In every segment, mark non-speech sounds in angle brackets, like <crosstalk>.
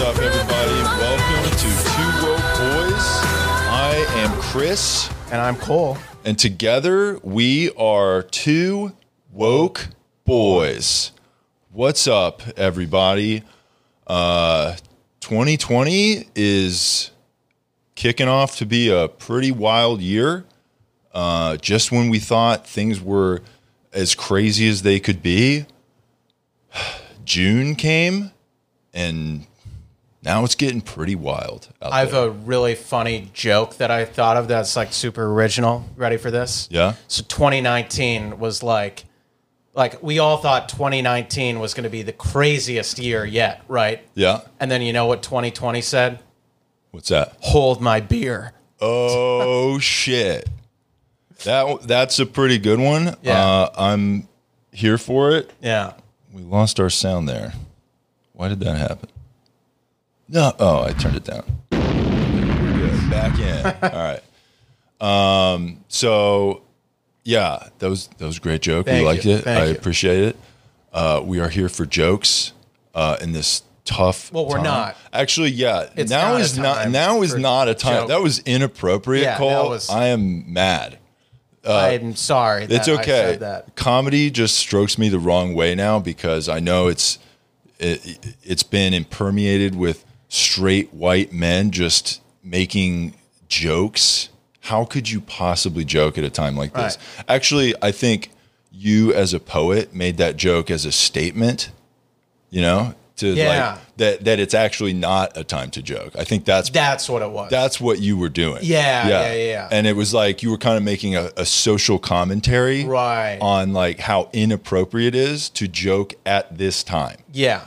up, everybody? Welcome to Two Woke Boys. I am Chris, And I'm Cole. and together we are Two Woke Boys. What's up, everybody? Uh, 2020 is kicking off to be a pretty wild year. Uh, just when we thought things were as crazy as they could be, <sighs> June came and now it's getting pretty wild out I have there. a really funny joke that I thought of that's like super original. Ready for this? Yeah. So 2019 was like, like we all thought 2019 was going to be the craziest year yet, right? yeah. And then you know what 2020 said? What's that? Hold my beer. Oh shit. That that's a pretty good one. Yeah. Uh, I'm here for it. Yeah. We lost our sound there. Why did that happen? No. Oh, I turned it down. Good. Back <laughs> in. All right. Um. So, yeah, that was that was a great joke. Thank we liked you. it. Thank I you. appreciate it. Uh, we are here for jokes. Uh, in this tough. Well, we're time. not. Actually, yeah. It's now not a is not time now is for not a time. joke. That was inappropriate, Yeah, that Cole. was- I am mad. Uh, I'm sorry. It's That I okay. said that. Comedy just strokes me the wrong way now because I know it's it, it's been impermeated with straight white men just making jokes. How could you possibly joke at a time like this? Actually, I think you as a poet made that joke as a statement, you know, to Yeah. like that that it's actually not a time to joke. I think that's That's what it was. that's what you were doing. Yeah, yeah, yeah, yeah. And it was like you were kind of making a, a social commentary Right. on like how inappropriate it is to joke at this time. yeah.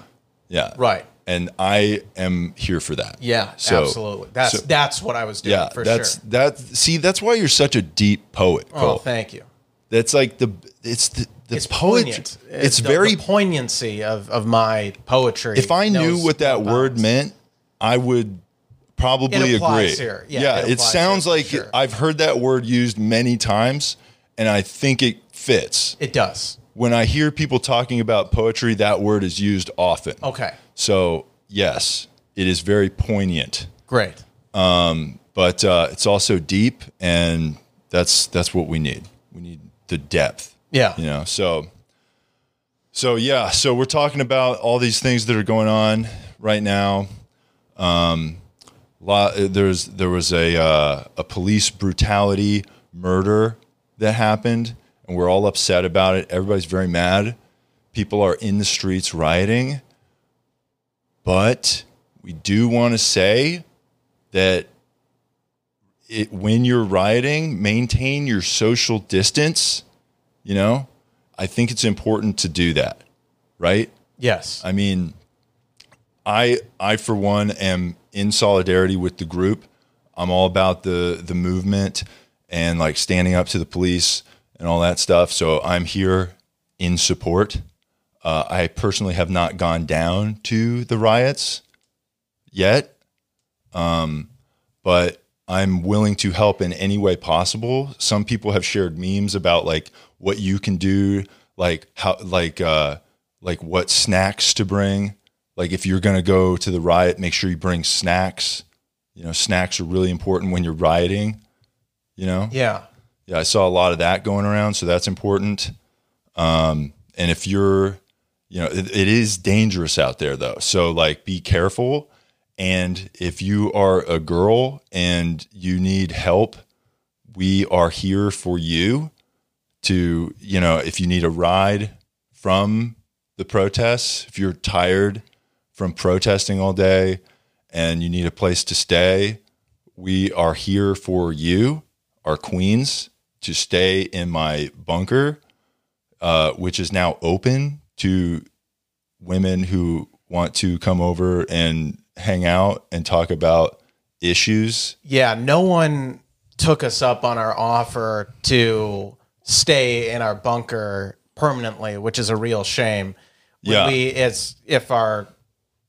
Yeah. Right. And I am here for that. Yeah. So- absolutely. That's so- that's what I was doing yeah. for that's sure. that see, that's why you're such a deep poet, Cole. Oh, thank you. that's like the it's the, the it's poetry. poignant. It's, the- very the poignancy of, of my poetry. if I knew knows what that about word it. meant, I would probably It applies agree. here. Yeah, it it, applies sounds here for like sure. I've heard that word used many times, and I think it fits. it does. When I hear people talking about poetry, that word is used often. Okay, So yes, it is very poignant, great. but uh, it's also deep, and that's that's what we need. We need the depth Yeah, you know so so yeah so we're talking about all these things that are going on right now um lot, there's there was a uh, a police brutality murder that happened and we're all upset about it everybody's very mad people are in the streets rioting but we do want to say that it, when you're rioting maintain your social distance you know, I think it's important to do that, right? yes, I mean, I I for one am in solidarity with the group. I'm all about the the movement and like standing up to the police and all that stuff. So I'm here in support. Uh, I personally have not gone down to the riots yet, um, but I'm willing to help in any way possible. Some people have shared memes about like what you can do, like how, like, uh, like what snacks to bring. Like if you're gonna go to the riot, make sure you bring snacks. You know, snacks are really important when you're rioting. You know, yeah, yeah, I saw a lot of that going around, so that's important. Um, and if you're, you know, it, it is dangerous out there though, so like be careful. And if you are a girl and you need help, we are here for you to, you know, if you need a ride from the protests, if you're tired from protesting all day and you need a place to stay, we are here for you, our queens, to stay in my bunker, uh, which is now open to women who want to come over and hang out and talk about issues. yeah. No one took us up on our offer to stay in our bunker permanently, which is a real shame. When Yeah. we it's if our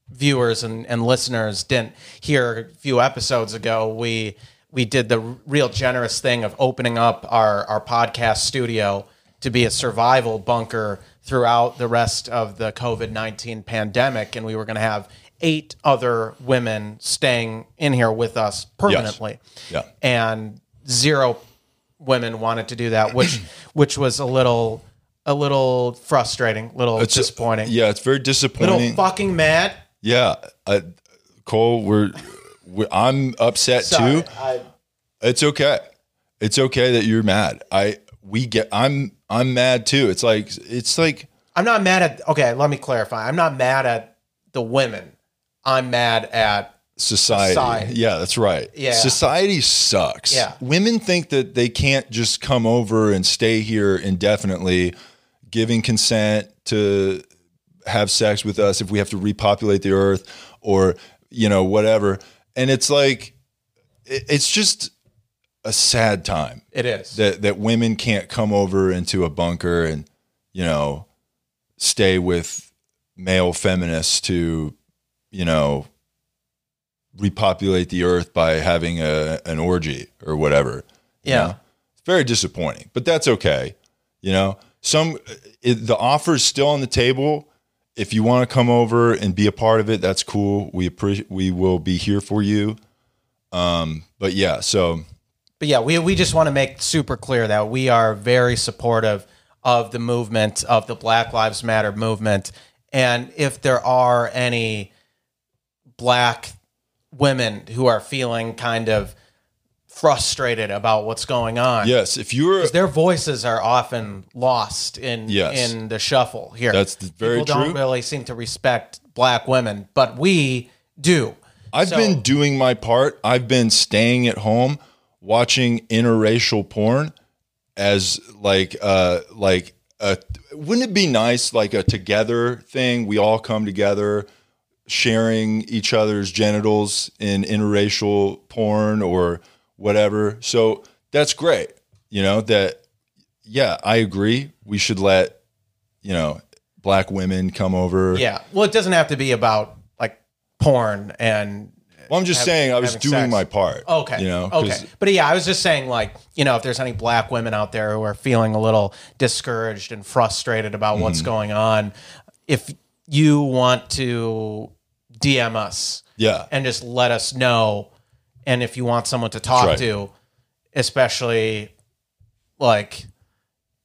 viewers and, and listeners didn't hear a few episodes ago, we we did the real generous thing of opening up our, our podcast studio to be a survival bunker throughout the rest of the COVID 19 pandemic. And we were going to have eight other women staying in here with us permanently. Yeah. And zero women wanted to do that, <clears throat> which which was a little a little frustrating, little disappointing. Yeah, it's very little disappointing. fucking mad. yeah, I, Cole, we're, we I'm upset Sorry, too. I, It's okay. It's okay that you're mad. I we get. I'm I'm mad too. It's like it's like I'm not mad at okay, let me clarify. I'm not mad at the women. I'm mad at society. Society. Yeah, that's right. Yeah. Society sucks. Yeah. Women think that they can't just come over and stay here indefinitely, giving consent to have sex with us if we have to repopulate the earth or, you know, whatever. And it's like, it- it's just a sad time it is. that, that women can't come over into a bunker and, you know, stay with male feminists to, you know, repopulate the earth by having a, an orgy or whatever. you Yeah. know? It's very disappointing, but that's okay. You know, some, it, the offer is still on the table. If you want to come over and be a part of it, that's cool. We appreciate, we will be here for you. Um, but yeah, so But yeah, we we just want to make super clear that we are very supportive of the movement of the Black Lives Matter movement, and if there are any black women who are feeling kind of frustrated about what's going on, yes, if you're, their voices are often lost in Yes. in the shuffle here. That's th- very People don't true. really seem to respect black women, but we do. I've So- been doing my part. I've been staying at home watching interracial porn as like uh like uh wouldn't it be nice like a together thing we all come together sharing each other's genitals in interracial porn or whatever. So that's great. You know that yeah, I agree. We should let you know black women come over. Yeah. Well, it doesn't have to be about like porn and Well, I'm just Have- saying I was having doing sex. my part. okay. You know, 'cause okay. But yeah, I was just saying like, you know, if there's any black women out there who are feeling a little discouraged and frustrated about Mm-hmm. what's going on, if you want to DM us Yeah. and just let us know and if you want someone to talk right. to, especially like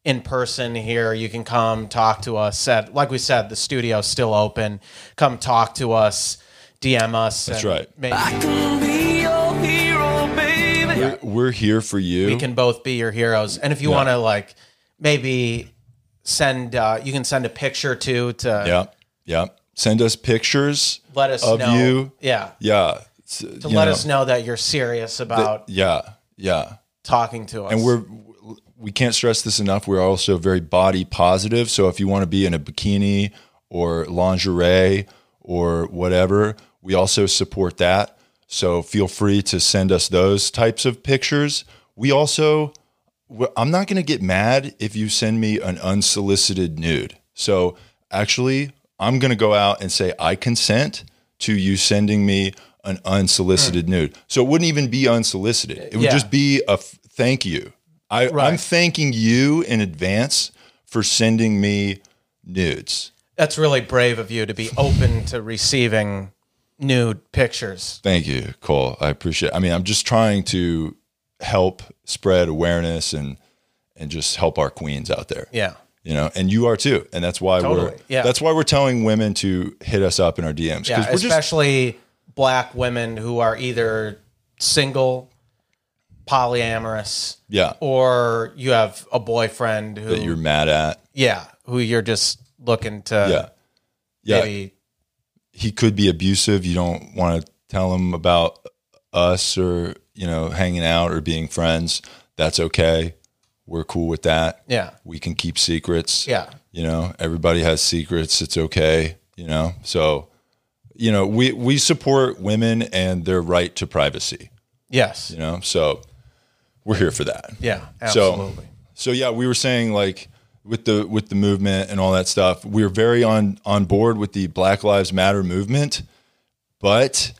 in person here you can come talk to us at like we said the studio's still open come talk to us dm us that's right. I can be your hero, baby. We're here for you. we can both be your heroes and if you want to like maybe send uh you can send a picture too to yeah. Yeah. Send us pictures. let us of know you. yeah Yeah. s- to you let us know that you're serious about Yeah. Yeah. talking to us And we're we can't stress this enough. We're also very body positive. So if you want to be in a bikini or lingerie or whatever, we also support that. So feel free to send us those types of pictures. We also Well, I'm not going to get mad if you send me an unsolicited nude. So actually, I'm going to go out and say I consent to you sending me an unsolicited nude. So it wouldn't even be unsolicited. It would Hmm. Yeah. just be a f- thank you. I, I'm Right. thanking you in advance for sending me nudes. that's really brave of you to be open to receiving nude pictures Thank you, Cole. I appreciate. I mean, I'm just trying to help spread awareness and and just help our queens out there. yeah you know, and you are too. And that's why we're Totally, yeah. that's why we're telling women to hit us up in our DMs because yeah we're just especially black women who are either single polyamorous yeah or you have a boyfriend who that you're mad at. Yeah, who you're just looking Yeah, to yeah. Uh, maybe He could be abusive. You don't want to tell him about us or you know hanging out or being friends. That's okay. We're cool with that. yeah. We can keep secrets. Yeah. you know everybody has secrets it's okay you know so you know we we support women and their right to privacy Yes. you know so we're here for that Yeah, So- absolutely. so yeah we were saying like with the with the movement and all that stuff we are very on on board with the black lives matter movement but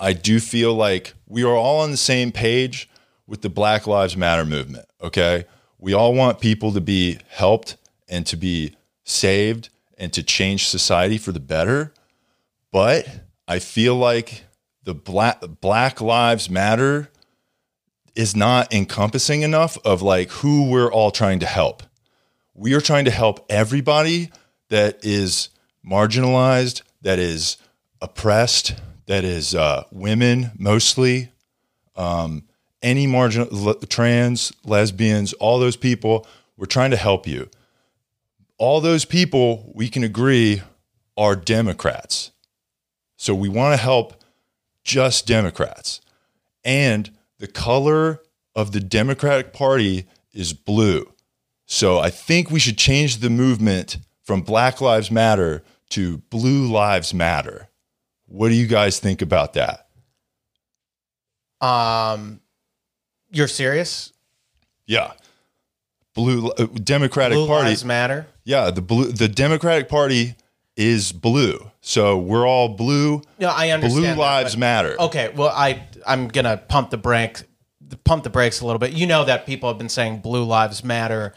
i do feel like we are all on the same page with the black lives matter movement okay we all want people to be helped and to be saved and to change society for the better but I feel like the black Black Lives Matter is not encompassing enough of like who we're all trying to help. We are trying to help everybody that is marginalized, that is oppressed, that is uh, women mostly, um, any margin, le- trans, lesbians, all those people, we're trying to help you. All those people, we can agree, are Democrats. So we want to help just Democrats. And the color of the Democratic Party is blue. So I think we should change the movement from Black Lives Matter to Blue Lives Matter. What do you guys think about that? Um, you're serious? Yeah. Blue uh, Democratic Blue Party. lives matter. Yeah, the blue the Democratic Party is blue. So we're all blue. No, I understand. Blue that, lives but- matter. Okay, well, I I'm gonna pump the brake, pump the brakes a little bit. You know that people have been saying Blue Lives Matter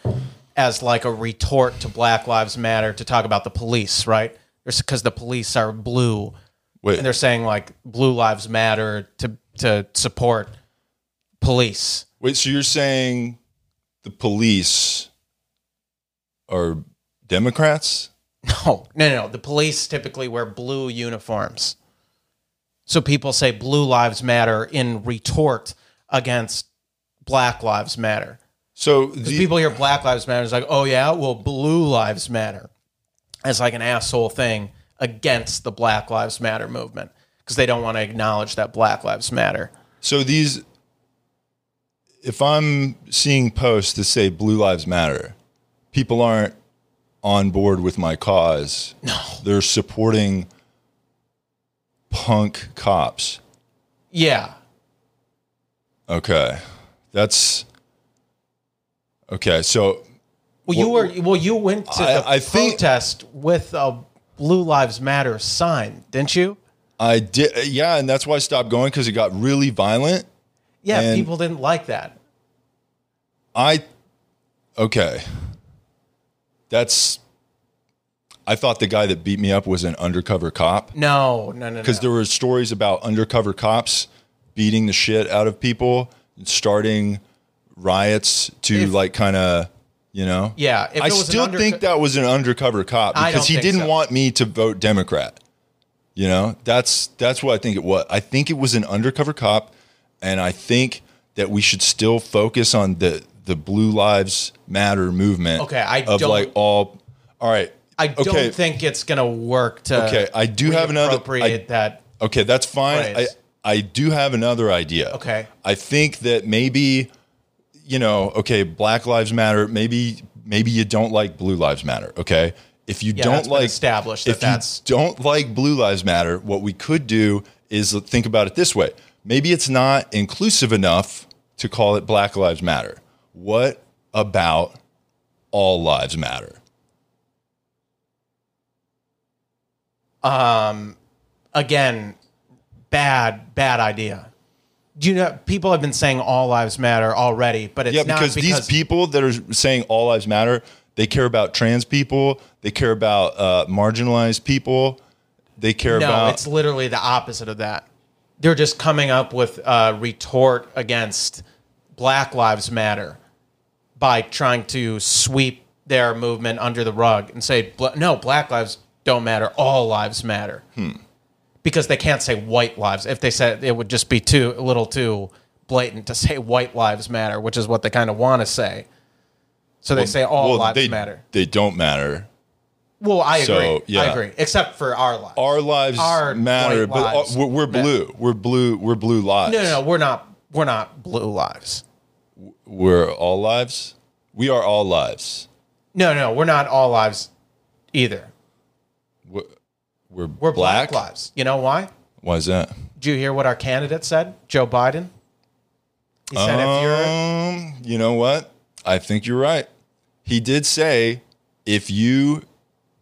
as like a retort to Black Lives Matter to talk about the police, right? Because the police are blue, Wait. and they're saying like Blue Lives Matter to to support police. <laughs> Wait, so you're saying the police are Democrats? No, no, no. The police typically wear blue uniforms, so people say Blue Lives Matter in retort against Black Lives Matter. So the, Because people hear Black Lives Matter, it's like, oh yeah, well, Blue Lives Matter. It's like an asshole thing against the Black Lives Matter movement because they don't want to acknowledge that Black Lives Matter. so these if I'm seeing posts that say blue lives matter, people aren't on board with my cause. No. They're supporting punk cops. Yeah, Okay. That's okay. So Well, you were well. You went to I- the I think- protest with a Blue Lives Matter sign, didn't you? I did, yeah. And that's why I stopped going because it got really violent. Yeah, And- people didn't like that. I, okay. That's, I thought the guy that beat me up was an undercover cop No, no, no, no. because there were stories about undercover cops beating the shit out of people and starting riots to If- like kind of, you know? Yeah, if I it was an still underco- think that was an undercover cop I because he don't think didn't so. want me to vote Democrat. You know, that's that's what I think it was. I think it was an undercover cop, and I think that we should still focus on the the Blue Lives Matter movement. Okay, I of don't- like all. All right, I don't okay, think it's gonna work to. Okay, I do have another- I- reappropriate that. Okay, that's fine. I Phrase. I do have another idea. Okay. I think that maybe, you know, okay, Black Lives Matter. Maybe maybe you don't like Blue Lives Matter. Okay, if you Yeah, don't that's been like established that if that's- you don't like Blue Lives Matter, what we could do is think about it this way. Maybe it's not inclusive enough to call it Black Lives Matter. What about all lives matter? um, again, bad, bad idea. Do you know people have been saying all lives matter already, but it's Yeah, not because, these because, people that are saying all lives matter, they care about trans people, they care about uh, marginalized people, they care no, about it's literally the opposite of that. They're just coming up with a retort against Black Lives Matter by trying to sweep their movement under the rug and say, "Bla- no, Black lives don't matter. All lives matter. Hmm. Because they can't say white lives. If they said it would just be too a little too blatant to say white lives matter, which is what they kind of want to say. So they say all Well, lives they, matter. They don't matter. Well, I agree. So, I yeah. agree, except for our lives. Our lives Our matter, white but uh, lives we're, we're matter. blue. We're blue. We're blue lives. No, no, no, we're not. We're not blue lives. We're all lives. We are all lives. No, no, we're not all lives either. We're, we're, We're black, lives. You know why? Why is that? Did you hear what our candidate said, Joe Biden? He said, if you're Um, you know what? I think you're right. He did say if you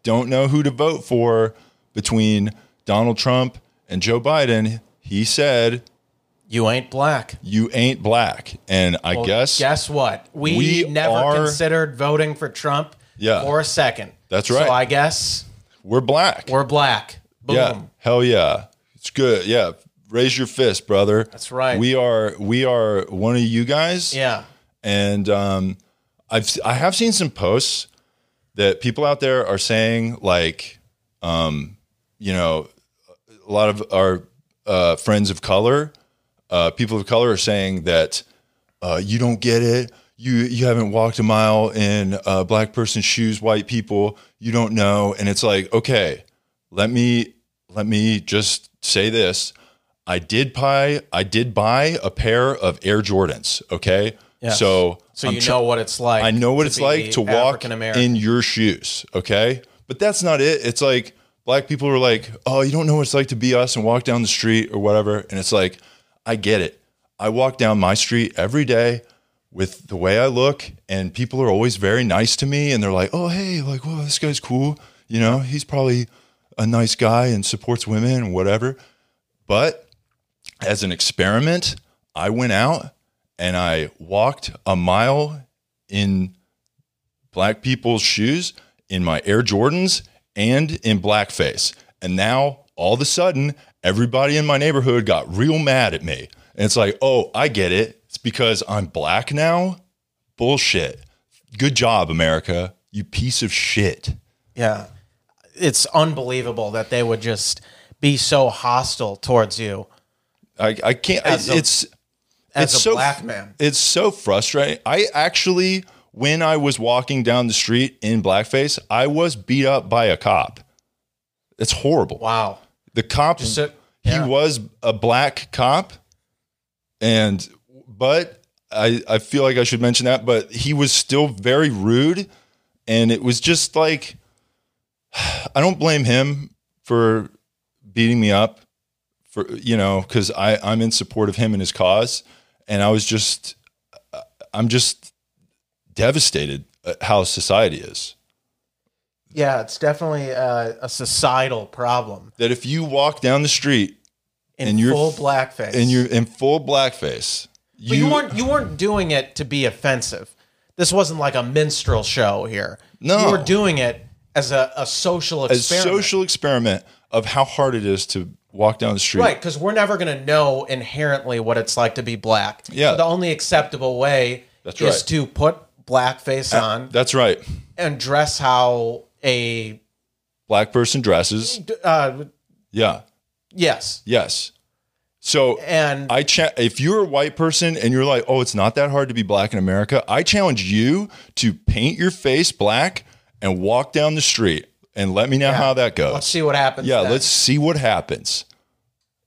don't know who to vote for between Donald Trump and Joe Biden, he said you ain't black. you ain't black. And I Well, guess Guess what? We, we never are- considered voting for Trump Yeah. for a second. That's So right. I guess we're black. we're black. Boom. yeah. Hell yeah. It's good. Yeah. Raise your fist, brother. That's right. We are we are one of you guys. Yeah. And um, I've I have seen some posts that people out there are saying like, um, you know, a lot of our uh, friends of color, uh, people of color, are saying that uh, you don't get it. You you haven't walked a mile in a black person's shoes. White people, you don't know. And it's like, okay, let me let me just say this. I did buy I did buy a pair of Air Jordans. Okay, Yes. so So I'm you tr- know what it's like. I know what it's be like to walk African-American. in your shoes. Okay. But that's not it. It's like black people are like, oh, you don't know what it's like to be us and walk down the street or whatever. And it's like, I get it. I walk down my street every day with the way I look, and people are always very nice to me. And they're like, oh, hey, like, well, this guy's cool. You know, he's probably a nice guy and supports women and whatever. But as an experiment, I went out and I walked a mile in black people's shoes, in my Air Jordans, and in blackface. And now all of a sudden, everybody in my neighborhood got real mad at me. And it's like, oh, I get it. It's because I'm black now. Bullshit. Good job, America. You piece of shit. Yeah. It's unbelievable that they would just be so hostile towards you I, I can't. As a- it's as it's a so black man. It's so frustrating. I actually, when I was walking down the street in blackface, I was beat up by a cop. It's horrible. Wow. The cop, so- yeah. he was a black cop, and but I I feel like I should mention that, but he was still very rude, and it was just like <sighs> I don't blame him for beating me up for you know because I I'm in support of him and his cause, and I was just I'm just devastated at how society is. Yeah, it's definitely uh, a, a societal problem. That if you walk down the street In And you're- full blackface. and you're in full blackface, but you weren't you weren't doing it to be offensive. This wasn't like a minstrel show here. No. You were doing it as a, a social a experiment. social experiment of how hard it is to walk down the street. Right, because we're never going to know inherently what it's like to be black. Yeah. So the only acceptable way That's is right. to put blackface on That's right. and dress how a Black person dresses. uh, Yeah. yes, Yes. So and I cha- if you're a white person and you're like, "Oh, it's not that hard to be black in America." I challenge you to paint your face black and walk down the street and let me know how that goes. let's see what happens. yeah, then. let's see what happens.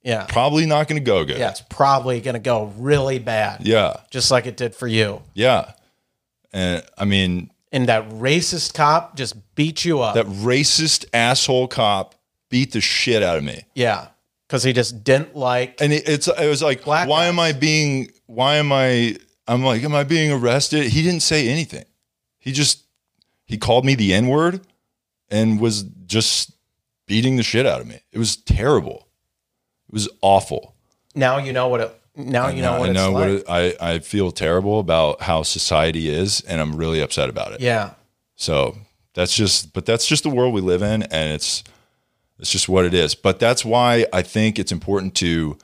Yeah, Probably not going to go good. yeah, it's probably going to go really bad. Yeah. just like it did for you. Yeah. And I mean, And that racist cop just beat you up. that racist asshole cop beat the shit out of me. yeah, because he just didn't like. and it, it's it was like Black why guys. am i being why am i i'm like am i being arrested he didn't say anything he just he called me the n word and was just beating the shit out of me it was terrible it was awful Now you know what it. Now you know what i it's know like. what it, i i feel terrible about how society is and i'm really upset about it yeah, so that's just, but that's just the world we live in, and it's it's just what it is. But that's why I think it's important to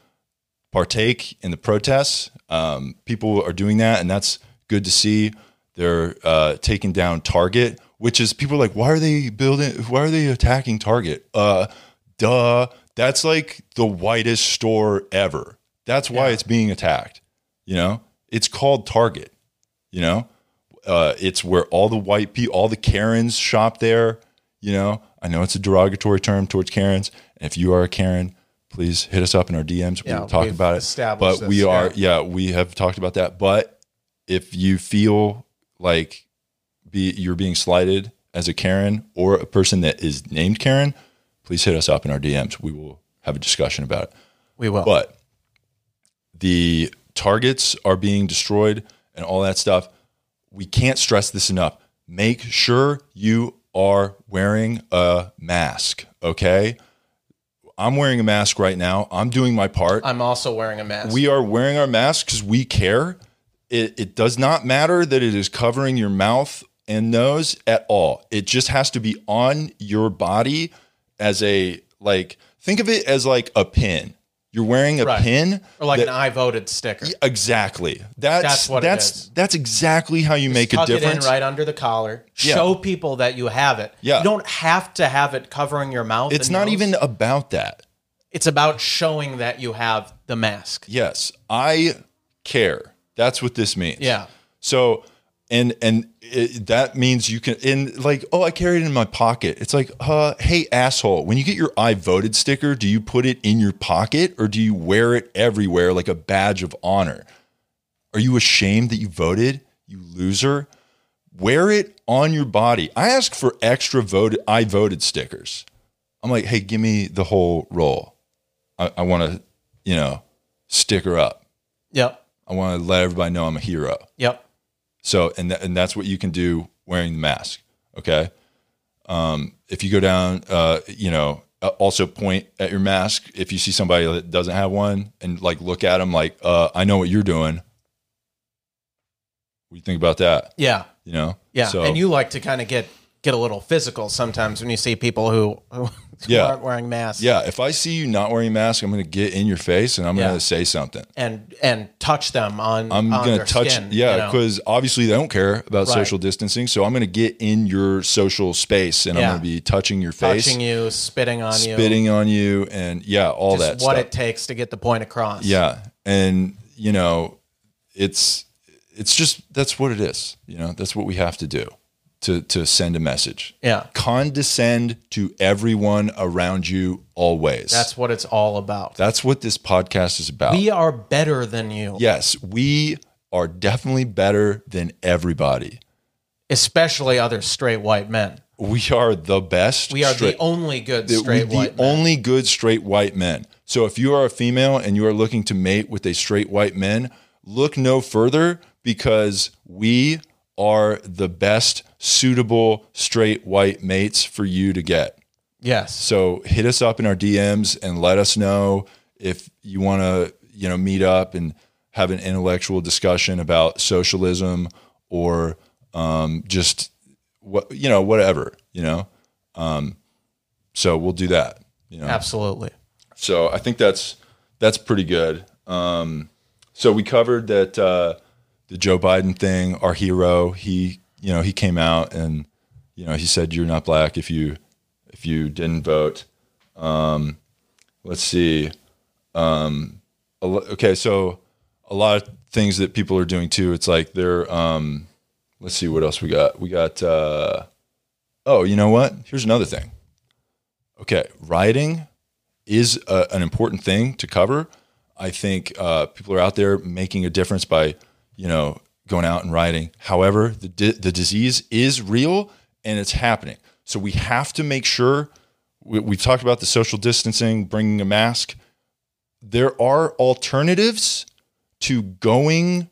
partake in the protests. Um, people are doing that, and that's good to see. They're uh, taking down Target, which is people are like, why are they building? Why are they attacking Target? Uh, duh, that's like the whitest store ever. That's why it's being attacked. You know, it's called Target. You know, uh, it's where all the white people, all the Karens shop there. You know, I know it's a derogatory term towards Karens. And if you are a Karen, please hit us up in our DMs. Yeah, we'll talk we've about it. established But we this, are, yeah. we have talked about that. But if you feel like be, you're being slighted as a Karen or a person that is named Karen, please hit us up in our DMs. We will have a discussion about it. we will. But the targets are being destroyed and all that stuff. We can't stress this enough. Make sure you are wearing a mask, okay? I'm wearing a mask right now. I'm doing my part. I'm also wearing a mask. We are wearing our masks because we care. It, it does not matter that it is covering your mouth and nose at all. It just has to be on your body as a like Think of it as like a pin. You're wearing a Right. pin or like that- an I voted sticker. Exactly. That's That's that's what it that's, is. exactly how you make a Tuck it in difference. right under the collar. Yeah. Show people that you have it. Yeah. You don't have to have it covering your mouth. It's and not nose. even about that. It's about showing that you have the mask. Yes, I care. That's what this means. Yeah. So and and it, that means you can and like oh I carry it in my pocket. It's like uh hey asshole, when you get your I voted sticker, do you put it in your pocket or do you wear it everywhere like a badge of honor? Are you ashamed that you voted? You loser. Wear it on your body. I ask for extra voted I voted stickers. I'm like, "Hey, give me the whole roll. I, I want to, you know, sticker up. Yep. I want to let everybody know I'm a hero." Yep. So, and tha- and that's what you can do wearing the mask. Okay. Um, if you go down, uh, you know, uh, also point at your mask if you see somebody that doesn't have one, and like look at them like, uh, I know what you're doing. What do you think about that? Yeah. You know. Yeah. So, and you like to kind of get get a little physical sometimes when you see people who, who <laughs> Yeah. aren't wearing masks. Yeah, if I see you not wearing a mask, I'm going to get in your face and I'm Yeah. going to say something. And and touch them on. I'm on going their to touch, skin, you yeah, know? because obviously they don't care about Right. social distancing. So I'm going to get in your social space and Yeah. I'm going to be touching your face. touching you, spitting on you, spitting on you and yeah all just that what stuff it takes to get the point across. yeah and you know it's it's just that's what it is you know that's what we have to do to to send a message Yeah. condescend to everyone around you always That's what it's all about. that's what this podcast is about we are better than you, yes we are definitely better than everybody especially other straight white men. we are the best We are straight- the only good that straight we- white the men. only good straight white men. So if you are a female and you are looking to mate with a straight white man, look no further because we are the best suitable straight white mates for you to get. yes. So hit us up in our DMs and let us know if you want to, you know, meet up and have an intellectual discussion about socialism or um, just what you know, whatever you know. Um, so we'll do that. You know, Absolutely. so I think that's that's pretty good. Um, so we covered that uh, the Joe Biden thing. Our hero, he you know he came out and you know he said you're not black if you if you didn't vote. Um, let's see. Um, a lo- okay, so a lot of things that people are doing too. It's like they're um, let's see what else we got. We got uh, oh you know what? Here's another thing. Okay, rioting is a, an important thing to cover. I think uh, people are out there making a difference by, you know, going out and riding. However, the di- the disease is real and it's happening. So we have to make sure. We, we've talked about the social distancing, bringing a mask. There are alternatives to going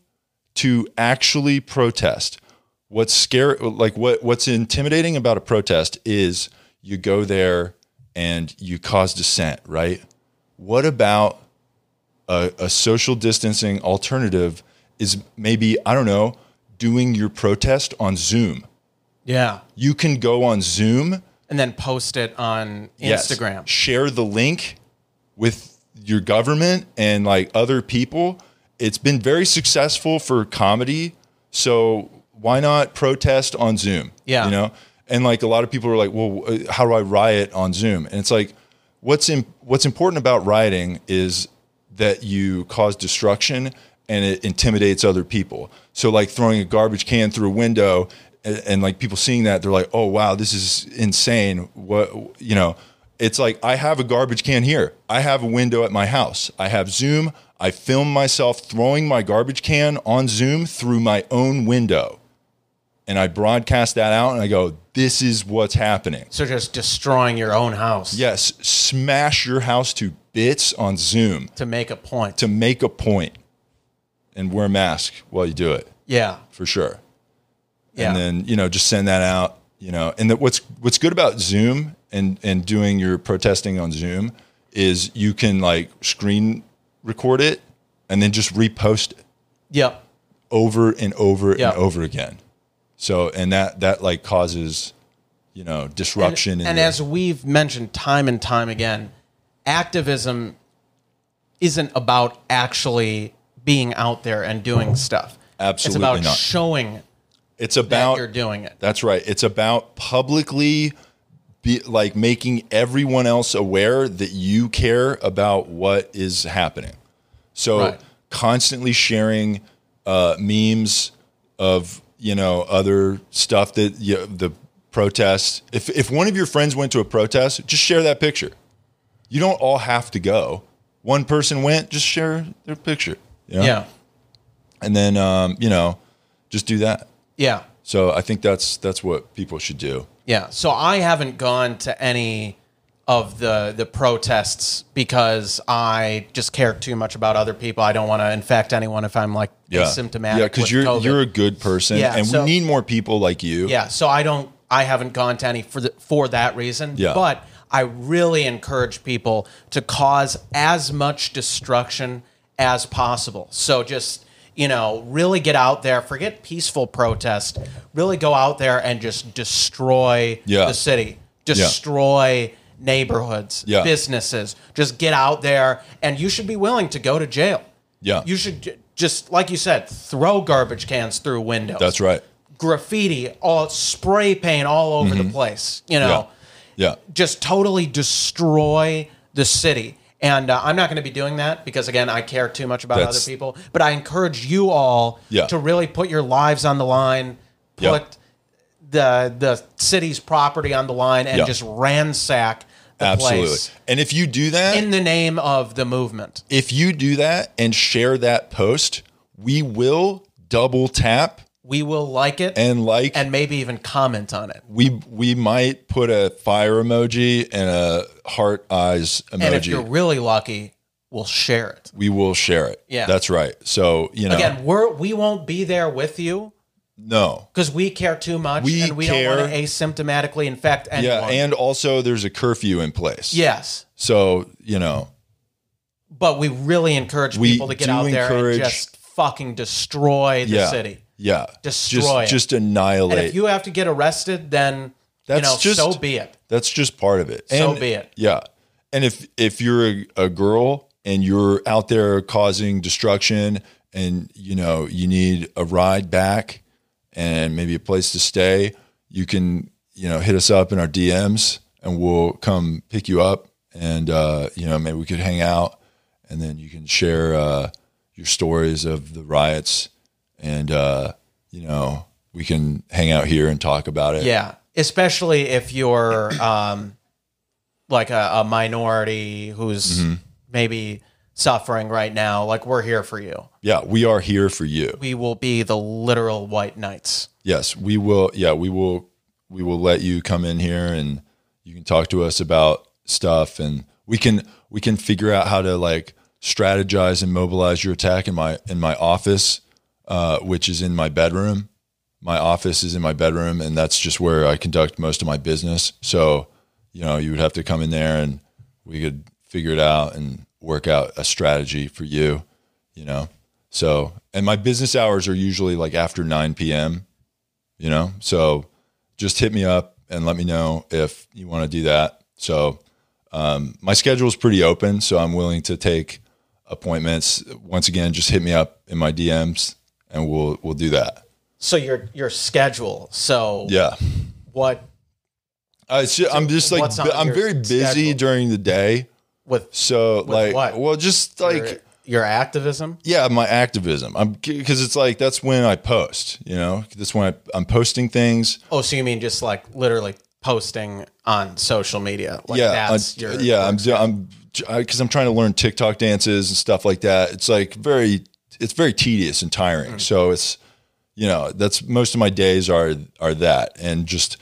to actually protest. What's scary, like what what's intimidating about a protest is you go there and you cause dissent, right? What about a, a social distancing alternative? Is maybe I don't know doing your protest on Zoom. Yeah. You can go on Zoom, And then post it on yes, Instagram. share the link with your government and like other people. It's been very successful for comedy, so why not protest on Zoom? Yeah. you know, and like a lot of people are like, well, uh, how do I riot on Zoom? And it's like, what's in, what's important about rioting is that you cause destruction and it intimidates other people. So like throwing a garbage can through a window. And, and like people seeing that, they're like, "Oh wow, this is insane!" What you know, it's like I have a garbage can here. I have a window at my house. I have Zoom. I film myself throwing my garbage can on Zoom through my own window. And I broadcast that out and I go, this is what's happening. So just destroying your own house Yes, smash your house to bits on Zoom to make a point. to make a point and wear a mask while you do it yeah. for sure. Yeah. and then you know just send that out you know and that what's what's good about zoom and and doing your protesting on zoom is you can like screen record it and then just repost it yep. over and over Yeah. and over again so and that that like causes you know disruption and, in and the- as we've mentioned time and time again activism isn't about actually being out there and doing stuff. Absolutely it's about not. showing It's that about you're doing it. That's right. It's about publicly be, like making everyone else aware that you care about what is happening. So Right. constantly sharing uh, memes of you know other stuff that you the protest. If if one of your friends went to a protest, just share that picture. You don't all have to go. One person went, just share their picture. you know? Yeah. And then um, you know, just do that. Yeah. So I think that's that's what people should do. Yeah. So I haven't gone to any of the the protests because I just care too much about other people. I don't want to infect anyone if I'm like asymptomatic. Yeah, with because you're COVID. you're a good person, Yeah, and so- we need more people like you. Yeah, so I don't I haven't gone to any for the, for that reason. Yeah. But I really encourage people to cause as much destruction as possible. So just, you know, really get out there, forget peaceful protest, really go out there and just destroy Yeah. the city. Destroy neighborhoods, Yeah. businesses. Just get out there and you should be willing to go to jail. Yeah. You should j- just like you said, throw garbage cans through windows that's right. graffiti, all spray paint all over the place. You know, Mm-hmm. Yeah, just totally destroy the city. And uh, I'm not going to be doing that because again, I care too much about That's- other people. But I encourage you all Yeah. to really put your lives on the line, put Yeah. the the city's property on the line, and Yeah. just ransack the absolutely. place And if you do that, in the name of the movement. if you do that and share that post, we will double tap We will like it and like. and maybe even comment on it. we we might put a fire emoji and a heart eyes And if emoji. you're really lucky, we'll share it. we will share it. Yeah. that's right. So you know, Again, we're we won't be there with you no, because we care too much We and we care. don't want to asymptomatically infect anyone. yeah, and also there's a curfew in place. yes, so you know, but we really encourage We people to get do out there encourage- and just fucking destroy the yeah, city. yeah, just, Destroy it. just And annihilate. if you have to get arrested, then you That's know, just- so be it. That's just part of it. So And- be it. Yeah. And if if you're a, a girl and you're out there causing destruction and you know you need a ride back and maybe a place to stay, you can you know hit us up in our DMs and we'll come pick you up and uh, you know maybe we could hang out and then you can share uh, your stories of the riots and uh, you know we can hang out here and talk about it. Yeah, especially <clears throat> if you're um, like a, a minority who's Mm-hmm. maybe suffering right now. Like we're here for you. Yeah, we are here for you. We will be the literal white knights. Yes, we will. Yeah, we will. We will let you come in here and you can talk to us about stuff, and we can we can figure out how to like strategize and mobilize your attack in my in my office, uh, which is in my bedroom. My office is in my bedroom, and that's just where I conduct most of my business. So, you know, you would have to come in there, and we could figure it out and work out a strategy for you. You know, so and my business hours are usually like after nine p.m you know so just hit me up and let me know if you want to do that so um, my schedule is pretty open so i'm willing to take appointments once again just hit me up in my dms and we'll we'll do that So your your schedule. So yeah what I, am just like what's on bu- i'm your very busy schedule? during the day with so like what? well just like your, your activism? yeah my activism i'm because it's like that's when i post you know that's when I, i'm posting things Oh, so you mean just like literally posting on social media? Like yeah, that's I- your yeah. I'm I'm because I'm trying to learn TikTok dances and stuff like that. It's like very it's very tedious and tiring. Mm. So it's you know that's most of my days are are that and just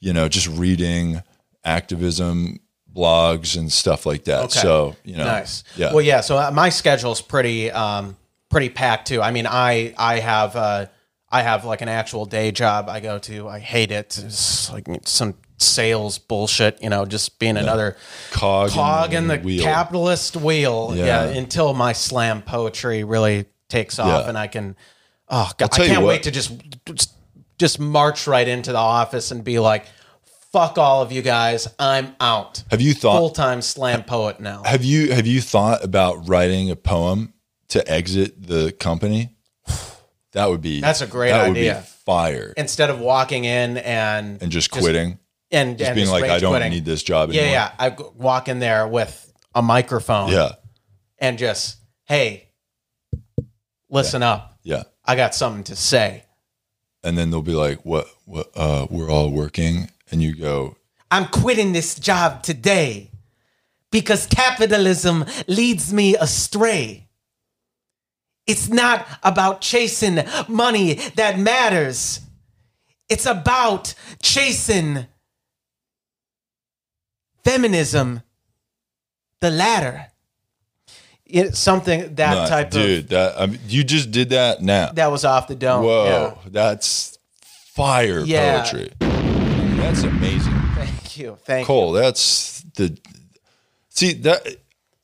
you know just reading activism blogs and stuff like that. Okay. So you know nice. yeah Well, yeah. So uh, my schedule's pretty um pretty packed too. I mean, I I have uh I have like an actual day job I go to. I hate it. It's like some sales bullshit. You know, just being another cog in cog in the wheel. capitalist wheel. Yeah. Yeah. until my slam poetry really takes off Yeah. and I can. Oh God, I tell you can't what. wait to just just march right into the office and be like, fuck all of you guys. I'm out. Have you thought? Full time slam poet now. Have you have you thought about writing a poem to exit the company? <sighs> That would be That's a great that Would idea. be fire and, Instead of walking in and and just quitting, and just being like, rage I don't quitting. need this job Yeah, anymore. yeah. I g- walk in there with a microphone. yeah, and just hey, listen up. yeah. I got something to say. And then they'll be like, "What? What? Uh, we're all working," and you go, I'm quitting this job today because capitalism leads me astray. It's not about chasing money that matters. It's about chasing feminism, the latter. It's something that "Nah, type "Dude, of that I mean, you just did that now." that was off the dome. Whoa, Yeah. that's fire Yeah. poetry. That's amazing. Thank you. Thank you. Cole, that's the see that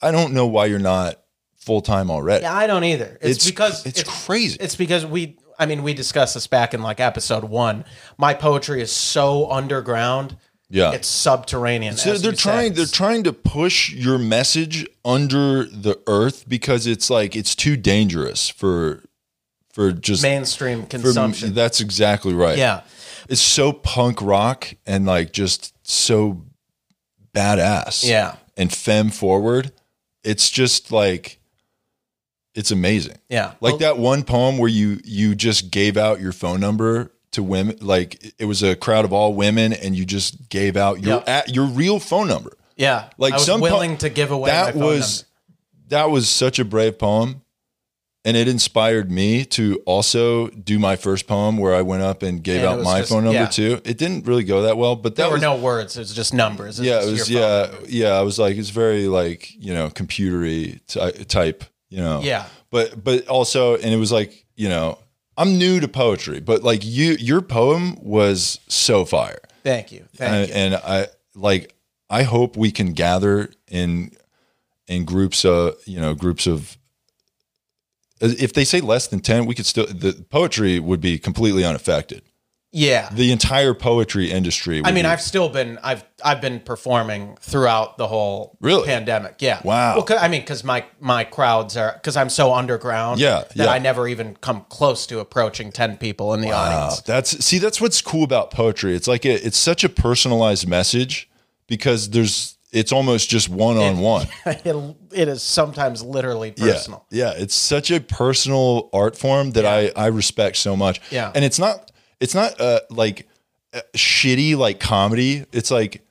I don't know why you're not full time already. Yeah, I don't either. It's, because it's, crazy. It's because we, I mean, we discussed this back in like episode one. My poetry is so underground. yeah, It's subterranean. So as they're you trying. said. They're trying to push your message under the earth because it's like it's too dangerous for for just mainstream for, consumption. That's exactly right. yeah. it's so punk rock and like just so badass. Yeah. and femme forward. It's just like it's amazing. Yeah. like that one poem where you you just gave out your phone number to women like it was a crowd of all women and you just gave out your Yeah. at, your real phone number Yeah. like I was some po- willing to give away my that phone was that was such a brave poem and it inspired me to also do my first poem where i went up and gave And it out was my just- phone number yeah. too it didn't really go that well but that number. was There were no words. It was just numbers. yeah, it just your was phone yeah, number. yeah. I was like, it's very like you know, computery ty- type, you know. Yeah. But but also, and it was like you know, I'm new to poetry, but like you, your poem was so fire, Thank you. Thank and, you. and I like I hope we can gather in in groups of you know groups of if they say less than 10 we could still the poetry would be completely unaffected Yeah. the entire poetry industry would I mean, be- I've still been I've I've been performing throughout the whole Really? pandemic. Yeah. Wow. Well, 'cause- I mean, because my my crowds are because I'm so underground. Yeah, That yeah. I never even come close to approaching ten people in the Wow, audience. <laughs> that's see, that's what's cool about poetry. It's like a, it's such a personalized message because there's it's almost just one on one. it, it is sometimes literally Yeah, personal. yeah. It's such a personal art form that I I respect so much. Yeah. and it's not it's not uh like uh, shitty like comedy. It's like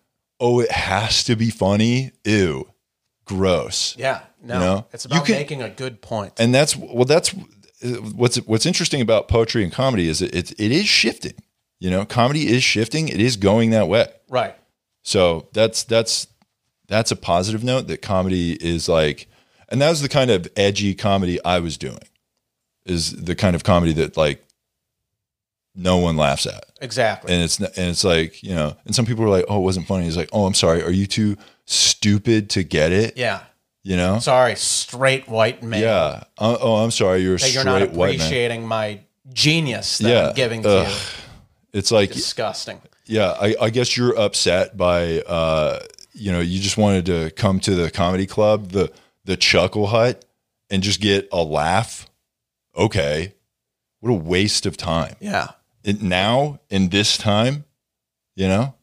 oh, it has to be funny. Ew, gross. Yeah. No. You know? It's You about can- making a good point. and that's well that's uh, what's what's interesting about poetry and comedy is it it, it is shifting. You know, comedy is shifting. It is going that way. right. So that's that's that's a positive note that comedy is like and that was the kind of edgy comedy I was doing is the kind of comedy that like no one laughs at. Exactly. And it's n- and it's like, you know, and some people are like, "Oh, it wasn't funny." It's like, "Oh, I'm sorry. Are you too stupid to get it?" yeah. You know? Sorry, straight white man. yeah. Uh, oh, I'm sorry. You're a That straight you're not white man. appreciating my genius that Yeah. I'm giving to Ugh. you. It's like Disgusting. Yeah, I, I guess you're upset by uh, you know you just wanted to come to the comedy club, the the Chuckle Hut, and just get a laugh. Okay, what a waste of time. Yeah. It, now in this time, you know,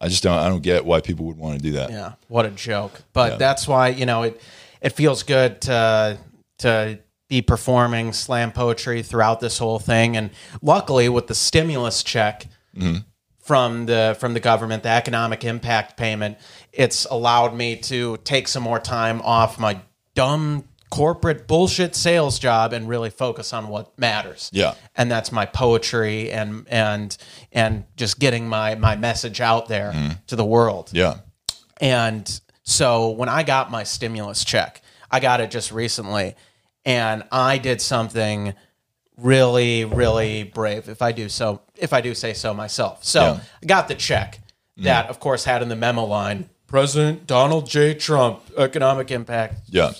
I just don't I don't get why people would want to do that. Yeah, what a joke! But that's why you know it. It feels good to to be performing slam poetry throughout this whole thing, and luckily with the stimulus check from the from the government, the economic impact payment, it's allowed me to take some more time off my dumb corporate bullshit sales job and really focus on what matters Yeah. and that's my poetry and and and just getting my my message out there to the world yeah, and so when I got my stimulus check, I got it just recently, and I did something really, really brave, if I do so, if I do say so myself. So Yeah. Mm. I got the check that, of course, had in the memo line President Donald J. Trump, economic impact. yeah.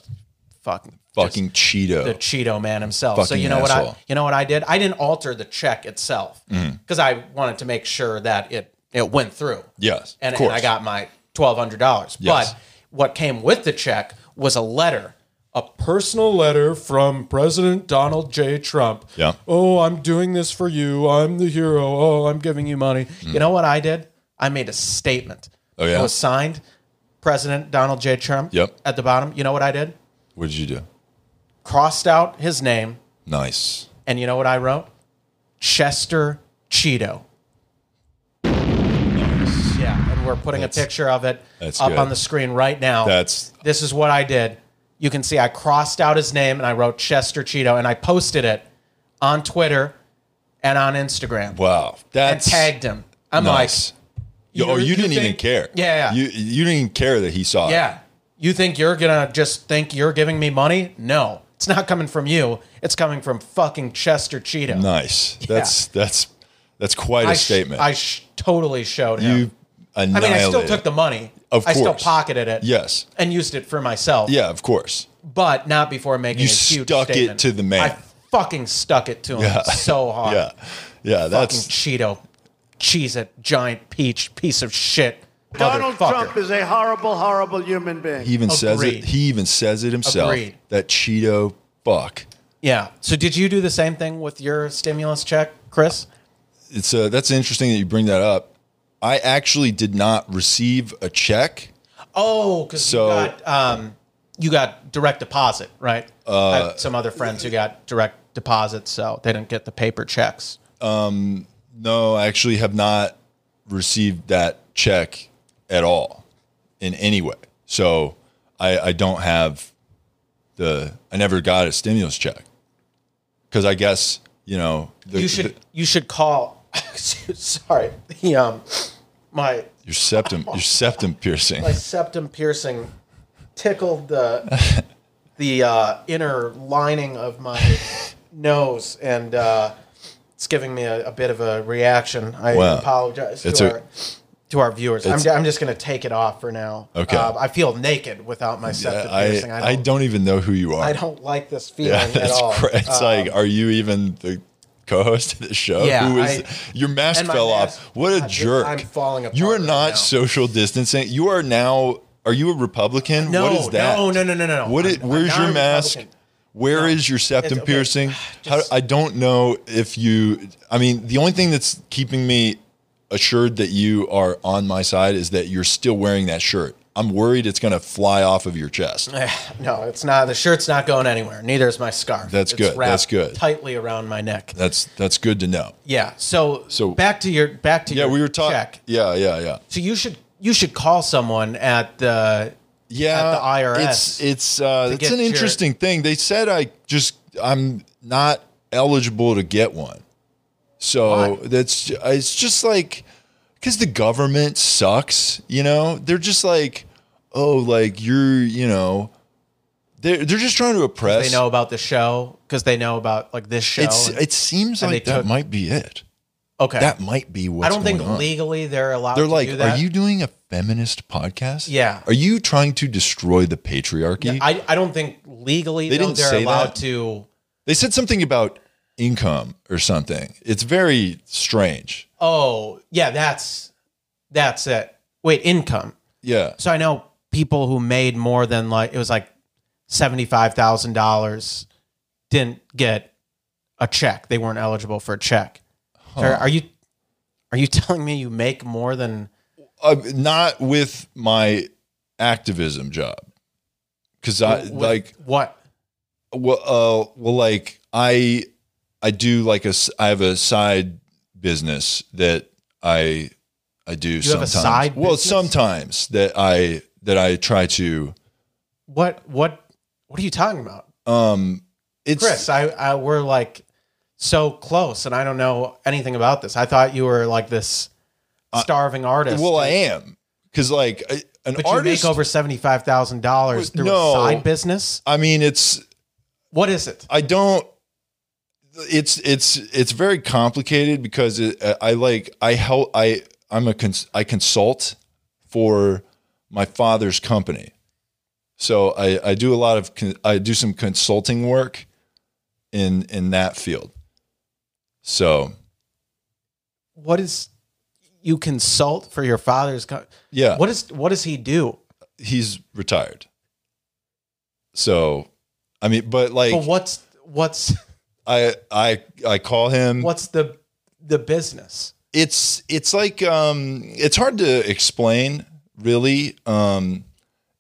Fucking Fucking Cheeto. the Cheeto man himself. so Fucking you know what asshole. Mm-hmm. I you know what I did? I didn't alter the check itself because I wanted to make sure that it it went through. Yes, and, of and I course. got my twelve hundred dollars. Yes. But what came with the check was a letter, a personal letter from President Donald J. Trump. Yeah. Oh, I'm doing this for you. I'm the hero. Oh, I'm giving you money. You know what I did? I made a statement. Mm. Oh, yeah? It was signed, President Donald J. Trump. Yep. At the bottom. You know what I did? What did you do? Crossed out his name, Nice. and you know what I wrote? Chester Cheeto. Yeah, and we're putting That's- a picture of it that's up good. on the screen right now. That's- this is what I did. You can see I crossed out his name and I wrote Chester Cheeto and I posted it on Twitter and on Instagram Wow. and That's tagged him. I'm nice. Yo, you- oh, you, you didn't even think- care. Yeah, yeah. You you didn't even care that he saw like, it. yeah. You think you're gonna just think you're giving me money? No, it's not coming from you. It's coming from fucking Chester Cheeto. Nice. That's that's that's quite a I sh- statement. I sh- totally showed him. you I mean, annihilated. I still took the money. Of I still course. pocketed it. Yes. And used it for myself. Yeah, of course. But not before making You a huge stuck it statement. to the man. I fucking stuck it to him Yeah. <laughs> so hard. Yeah. Yeah, Fucking that's Cheeto. Cheese it, giant peach, piece of shit. Donald motherfucker. Trump is a horrible, horrible human being. he even says it Agreed. he even says it himself. Agreed. That Cheeto fuck. Yeah. So did you do the same thing with your stimulus check, Chris? It's uh that's interesting that you bring that up. I actually did not receive a check. Oh, because So- you got um, you got direct deposit, right? Uh, I had some other friends who got direct deposit, so they didn't get the paper checks. No, I actually have not received that check at all in any way. So I, I don't have the, I never got a stimulus check. Cause I guess, you know, the, you should you should call. <laughs> sorry, the um, my your septum, your septum piercing. my septum piercing tickled the <laughs> the uh, inner lining of my nose, and uh, it's giving me a, a bit of a reaction. I Wow. apologize It's to a- our to our viewers. I'm, It's- I'm just going to take it off for now. Okay. Uh, I feel naked without my I, septum I, piercing. don't, even know who you are. I don't like this feeling yeah, at that's all. cra- It's Uh, like, are you even the co-host of the show? Yeah, Who is I- your mask and my fell mask- off? What a I'm- jerk! I'm falling apart You are right not now. social distancing. You are now. Are you a Republican? No, what is that? no, no, no, no, no. What? I'm- Is, I'm where's not your a mask? Republican. Where is your septum It's- okay. <sighs> piercing? Just- How, I don't know if you. I mean, the only thing that's keeping me assured that you are on my side is that you're still wearing that shirt. I'm worried it's going to fly off of your <sighs> chest. No, it's not. The shirt's not going anywhere. Neither is my scarf. That's It's good. wrapped That's good. Tightly around my neck. That's that's good to know. Yeah. So So- back to your back to Yeah, your we were talking. check. Yeah, yeah, yeah. So you should you should call someone at the yeah, at the IRS It's it's uh, it's get an your- interesting thing. They said I just I'm not eligible to get one. So Why? that's it's just like because the government sucks. You know, they're just like oh, like you're you know. They're, they're just trying to oppress. they know about the show because they know about like this show. it's it seems and like they that took- might be it. okay. That might be what's I don't think going on. legally they're allowed. They're to like, do are that. you doing a feminist podcast? Yeah. Are you trying to destroy the patriarchy? I, I don't think legally They though, didn't they're say allowed that. to. They said something about income or something. It's very strange. Oh yeah, that's that's it. Wait, income. Yeah. So I know people who made more than like it was like seventy five thousand dollars didn't get a check. They weren't eligible for a check. Are, are you are you <laughs> telling me you make more than Uh, not with my activism job. Cuz I with Uh, like what? well, uh, well like I I do like a s- I have a side business that I I do have a sometimes. side well, business? sometimes that I that I try to What what what are you talking about, um it's Chris? I, I we're like so close, and I don't know anything about this. I thought you were like this starving artist. Uh, well I am cuz like I- an But artist you make over seventy five thousand dollars through No. a side business. I mean it's What is it? I don't. It's it's it's very complicated because it, uh, I like I help I I'm a cons, I consult for my father's company, so I I do a lot of con, I do some consulting work in in that field. So What is? you consult for your father's. Co- Yeah. What is what does he do? He's retired. So, I mean, but like But what's what's I I I call him. what's the the business? it's it's like um it's hard to explain really um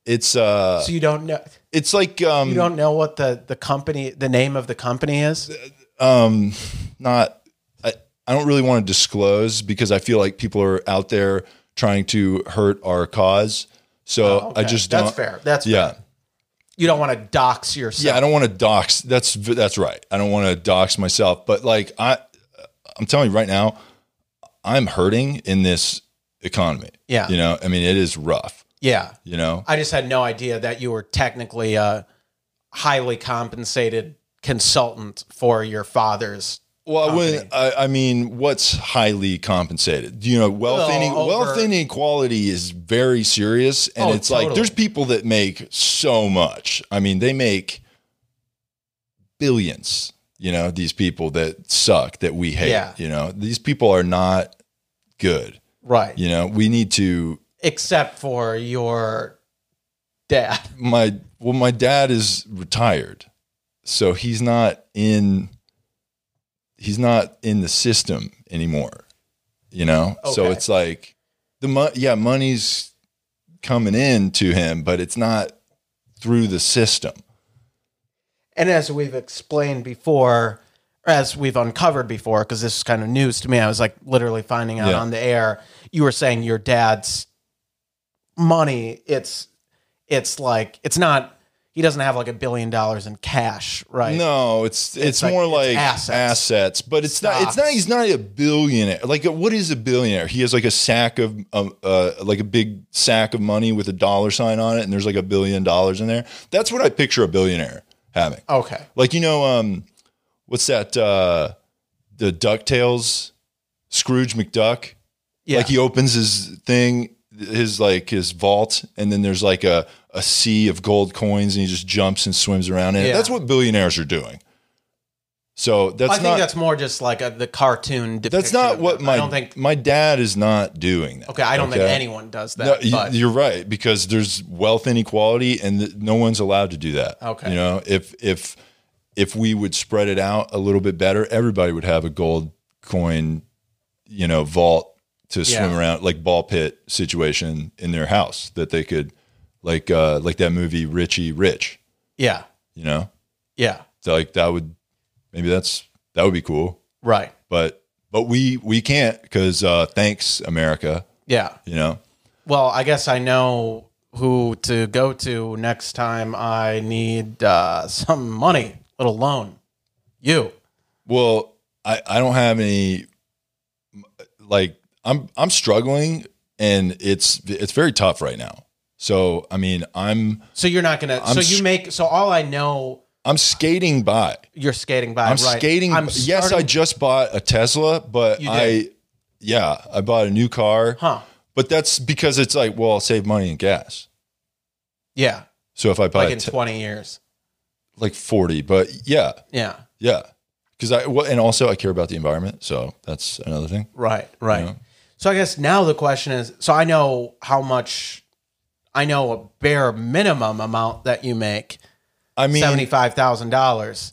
it's uh So you don't know it's like um you don't know what the the company the name of the company is. um not I, I don't really want to disclose because I feel like people are out there trying to hurt our cause so I Oh, Okay, just don't that's fair. That's yeah fair. You don't want to dox yourself. yeah I don't want to dox that's that's right I don't want to dox myself but like I I'm telling you right now I'm hurting in this economy Yeah. you know I mean it is rough yeah. you know I just had no idea that you were technically a highly compensated consultant for your father's. Well, I company. wouldn't I, I mean, what's highly compensated? You know, wealth Well, ine- over- wealth inequality is very serious, and Oh, it's like totally. there's people that make so much. I mean, they make billions. You know, these people that suck that we hate. Yeah. You know, these people are not good. Right. You know, we need to. Except for your dad. My well, my dad is retired, so he's not in. He's not in the system anymore. you know so Okay. it's like the mo- yeah money's coming in to him but it's not through the system And as we've explained before, or as we've uncovered before, because this is kind of news to me, I was like literally finding out Yeah. on the air. You were saying your dad's money. It's it's like it's not. He doesn't have like a billion dollars in cash, right? no it's it's, like- more it's like assets. assets, but it's not it's not he's not a billionaire like uh, what is a billionaire he has like a sack of um, uh, like a big sack of money with a dollar sign on it and there's like a billion dollars in there that's what i picture a billionaire having Okay. Like you know, um, what's that? Uh, the Ducktales, Scrooge McDuck. Yeah. Like he opens his thing, his like his vault, and then there's like a a sea of gold coins, and he just jumps and swims around in it. Yeah. That's what billionaires are doing. So that's I think not that's more just like a, the cartoon. Depiction that's not of what it. my I don't think. my dad is not doing that. Okay, I don't think okay? anyone does No, that. you- but you're right because there's wealth inequality and th- no one's allowed to do that. Okay. you know if if if we would spread it out a little bit better, everybody would have a gold coin, you know, vault to swim Yeah. around like ball pit situation in their house that they could like uh like that movie Richie Rich, yeah, you know, yeah, It's like that would maybe that's that would be cool, right, but but we we can't because uh, thanks America, yeah. you know. Well, I guess I know who to go to next time I need uh, some money, little loan. You. Well, I, I don't have any like I'm I'm struggling and it's it's very tough right now. So I mean I'm So you're not gonna. I'm so s- you make. So all I know, I'm skating by. you're skating by. I'm right. skating. I'm yes, I starting- just bought a Tesla, but You I did. yeah I bought a new car. Huh. But that's because it's like well I'll save money in gas. Yeah. So if I buy Like like, in 20 years. like forty, but yeah Yeah. yeah because I well, and also I care about the environment, so that's another thing. Right, right. know? So I guess now the question is so I know how much I know a bare minimum amount that you make, I mean, $75,000.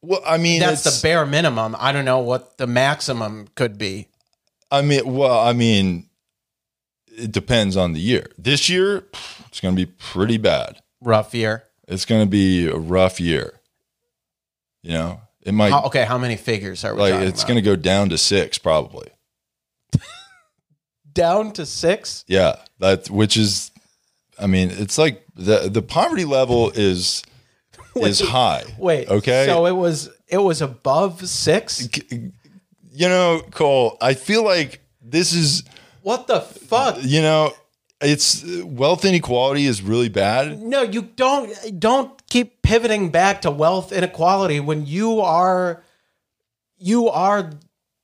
well, I mean That's it's- the bare minimum. I don't know what the maximum could be. I mean, well, I mean, it depends on the year. This year, it's going to be pretty bad. Rough year. It's going to be a rough year. You know, it might How, okay, how many figures are we like talking it's going to go down to six probably. down to 6? Yeah, that which is, I mean, it's like the the poverty level <laughs> is is high. Wait. okay. So it was it was above 6? you know, Cole, I feel like this is What the fuck? you know, it's wealth inequality is really bad. No, you don't don't keep pivoting back to wealth inequality when you are you are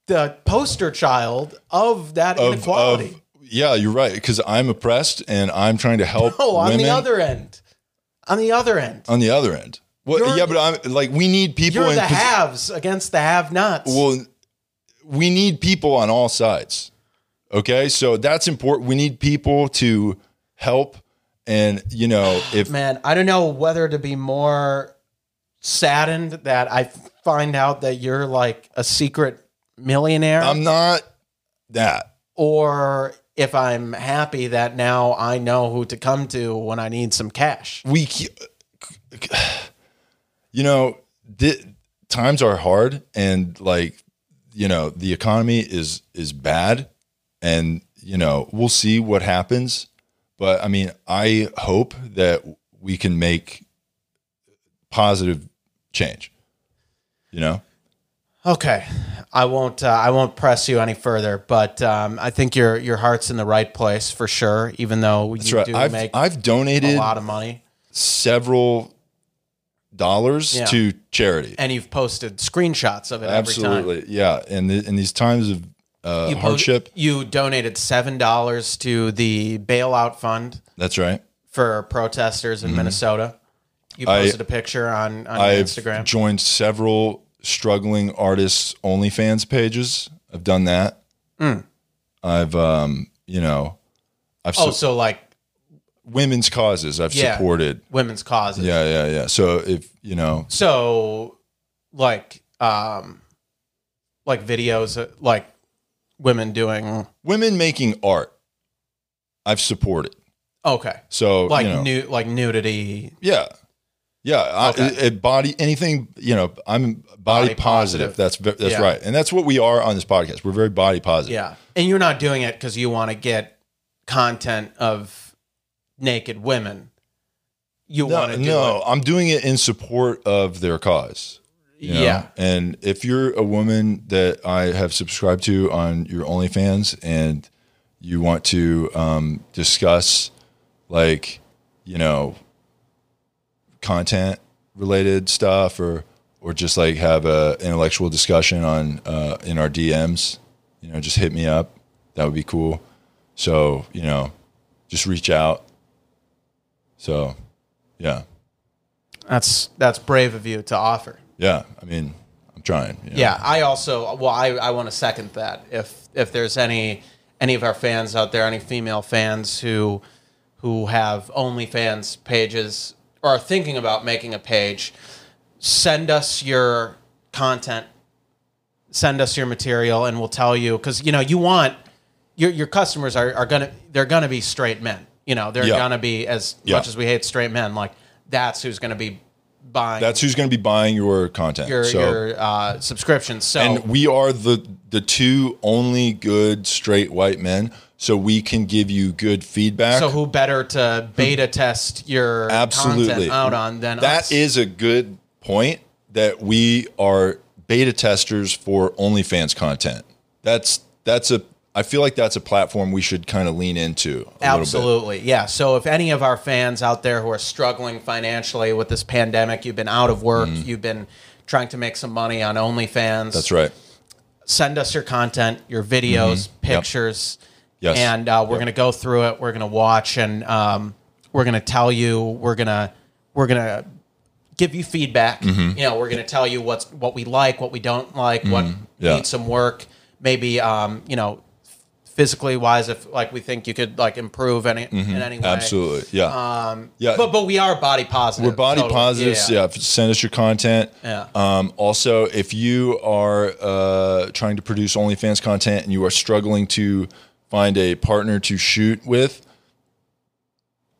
the poster child of that of- inequality. of- yeah, you're right. Because I'm oppressed and I'm trying to help. <laughs> oh, on women the other end. On the other end. on the other end. Well, You're- yeah, but I'm like we need people. You're in the posi- haves against the have nots. Well, we need people on all sides. Okay. So that's important. We need people to help. And, you know, if Man, I don't know whether to be more saddened that I find out that you're like a secret millionaire I'm not that, or if I'm happy that now I know who to come to when I need some cash. we, c- <sighs> you know, thi- times are hard and like, you know, the economy is, is bad. And, you know, we'll see what happens. But I mean, I hope that we can make positive change, you know? Okay, I won't. Uh, I won't press you any further. But um, I think your your heart's in the right place for sure. Even though you That's right. do I've, make I've donated a lot of money, several dollars Yeah. to charity. and you've posted screenshots of it every time. Absolutely, yeah. And th- in these times of uh, You po- hardship, you donated seven dollars to the bailout fund that's right. for protesters in Minnesota. You Mm-hmm. I- posted a picture on on your I've Instagram. joined several struggling artists OnlyFans pages. I've done that. Hmm. I've, um, you know, I've oh, su- so like women's causes. I've Yeah. supported. women's causes. Yeah, yeah, yeah. So if you know, So, like, um, like videos, uh, like women doing. women making art, I've supported. Okay. So like you know, nu- like nudity. Yeah. Yeah, I, Okay. it- it body anything you know. I'm body, Body positive. positive. That's ve- that's Yeah. right, and that's what we are on this podcast. We're very body positive. Yeah, and you're not doing it because you want to get content of naked women. You want No, to do no, it. I'm doing it in support of their cause. you know? Yeah. and if you're a woman that I have subscribed to on your OnlyFans, and you want to um, discuss like you know content related stuff or or just like have a intellectual discussion on uh, in our DMs, you know, just hit me up. That would be cool. So, you know, just reach out. So, yeah. That's that's brave of you to offer. Yeah. I mean, I'm trying. you know. Yeah, I also well, I, I want to second that. If if there's any any of our fans out there, any female fans who who have OnlyFans pages or are thinking about making a page, send us your content, send us your material, and we'll tell you because you know you want your your customers are, are gonna they're gonna be straight men. You know they're Yeah. gonna be as Yeah. much as we hate straight men. Like that's who's gonna be buying That's who's going to be buying your content. your so, your uh, subscriptions. So and we are the the two only good straight white men, so we can give you good feedback. so who better to beta test your absolutely content out on than that us? is a good point that we are beta testers for OnlyFans content. That's that's a I feel like that's a platform we should kind of lean into. A Little bit. absolutely yeah. So if any of our fans out there who are struggling financially with this pandemic, you've been out of work, you've been trying to make some money on OnlyFans. Mm. That's right. Send us your content, your videos, pictures, Mm-hmm. Yes. and uh, we're gonna go through it. We're gonna watch, and um, we're gonna tell you. We're gonna we're gonna give you feedback. Mm-hmm. You know, we're going to tell you what's what we like, what we don't like, what Mm-hmm. Yeah. needs some work. Maybe, um, you know, physically wise, if like we think you could like improve any in any Mm-hmm. way. Absolutely. Yeah. yeah. Um, But but we are body positive. We're body totally. positives. Yeah. Send us your content. Yeah. Um, also, if you are uh, trying to produce OnlyFans content and you are struggling to find a partner to shoot with,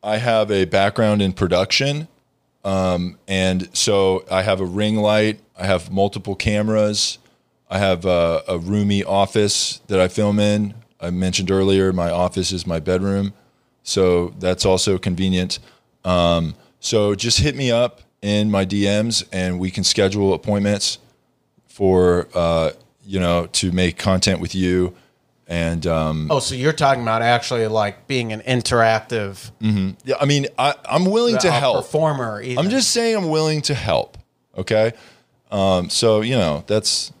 I have a background in production. Um, and so I have a ring light, I have multiple cameras, I have a, a roomy office that I film in. I mentioned earlier, my office is my bedroom. So that's also convenient. Um, so just hit me up in my DMs and we can schedule appointments for, uh, you know, to make content with you. And um, Oh, so you're talking about actually like being an interactive yeah, I mean, I, I'm willing to uh, help. performer. Even. I'm just saying I'm willing to help. Okay. Um, so, you know, that's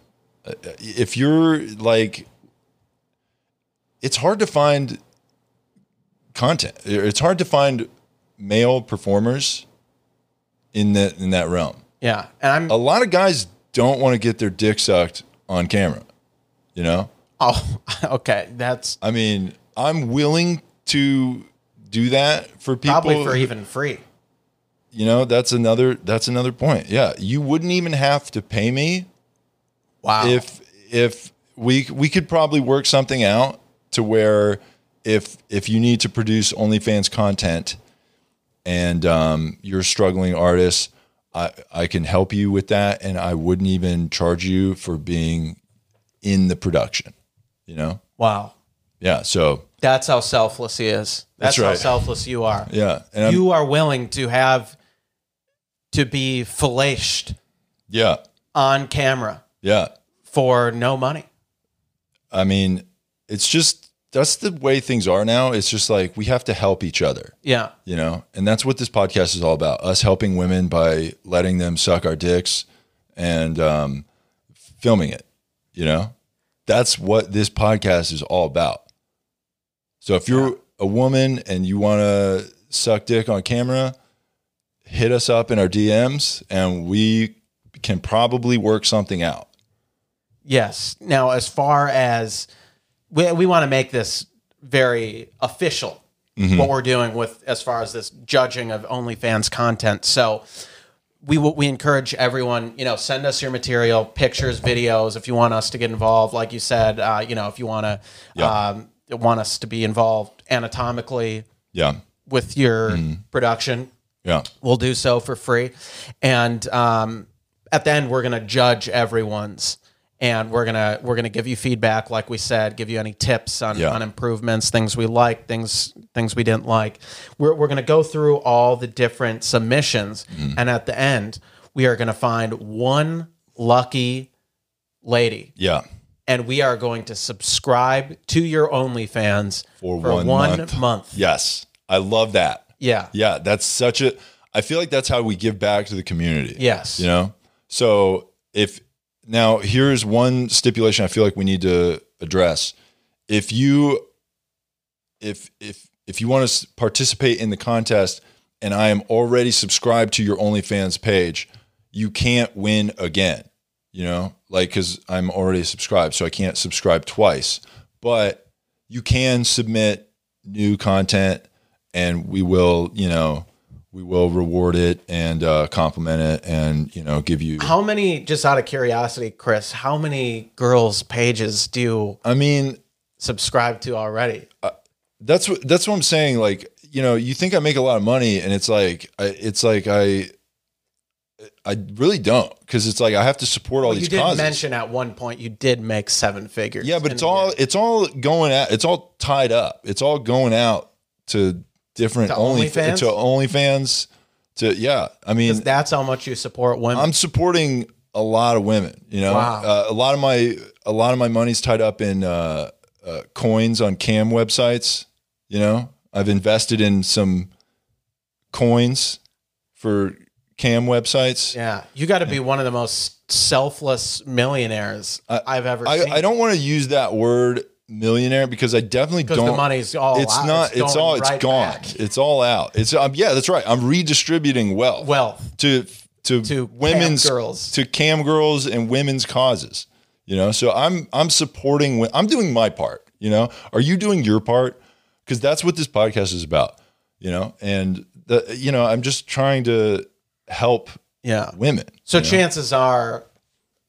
uh, if you're like, it's hard to find content. It's hard to find male performers in that in that realm. yeah, and I'm Oh. A lot of guys don't want to get their dick sucked on camera, you know? Oh, <laughs> okay. That's I mean, I'm willing to do that for people. probably for even free. you know, that's another that's another point. Yeah, you wouldn't even have to pay me Wow. if if we we could probably work something out to where if if you need to produce OnlyFans content and um, you're a struggling artist, I I can help you with that, and I wouldn't even charge you for being in the production. You know, wow. yeah. So That's how selfless he is. That's, That's right. how selfless you are. yeah, and I'm- you are willing to have to be filleted yeah, on camera yeah. for no money. I mean, it's just that's the way things are now. It's just like we have to help each other. Yeah. you know and that's what this podcast is all about us helping women by letting them suck our dicks and um, filming it you know that's what this podcast is all about so if you're a woman and you want to suck dick on camera hit us up in our dms and we can probably work something out Yes. Now, as far as we, we want to make this very official, what we're doing with as far as this judging of OnlyFans content. So we will- we encourage everyone, you know, send us your material, pictures, videos, if you want us to get involved. Like you said, uh, you know, if you want to Yeah. um, want us to be involved anatomically yeah with your production, yeah we'll do so for free. And um, at the end, we're gonna judge everyone's, and we're gonna we're gonna give you feedback, like we said, give you any tips on, Yeah. on improvements, things we liked, things things we didn't like. We're we're gonna go through all the different submissions, Mm. and at the end, we are gonna find one lucky lady yeah and we are going to subscribe to your OnlyFans For for one month. month. yes i love that Yeah. Yeah, that's such a. I feel like that's how we give back to the community. Yes. You know? So if now here's one stipulation I feel like we need to address. If you if if if you want to s- participate in the contest and I am already subscribed to your OnlyFans page, you can't win again. You know, like because I'm already subscribed, so I can't subscribe twice. But you can submit new content, and we will, you know, we will reward it and uh, compliment it, and you know, give you. How many, just out of curiosity, Chris, how many girls' pages do you I mean, subscribe to already? that's what that's what I'm saying. Like, you know, you think I make a lot of money, and it's like, I, it's like I, I really don't, because it's like I have to support all you these did causes. mention at one point you did make seven figures. yeah, but in it's a all year. it's all going out. It's all tied up. It's all going out to different To only OnlyFans? to OnlyFans. To yeah, I mean, That's how much you support women. I'm supporting a lot of women. You know, Wow. uh, a lot of my a lot of my money's tied up in uh, uh, coins on cam websites. You know, I've invested in some coins for cam websites. yeah. You got to be one of the most selfless millionaires I've ever I, seen. I don't want to use that word millionaire because I definitely because don't. the money's all it's out. not. It's, going all. It's right gone. back. It's all out. It's um, yeah. That's right. I'm redistributing wealth. Wealth. to to, To cam women's girls. to cam girls and women's causes. You know, so I'm I'm supporting. wo- I'm doing my part. You know, are you doing your part? Because that's what this podcast is about. You know, and the you know I'm just trying to help Yeah. women. So chances are,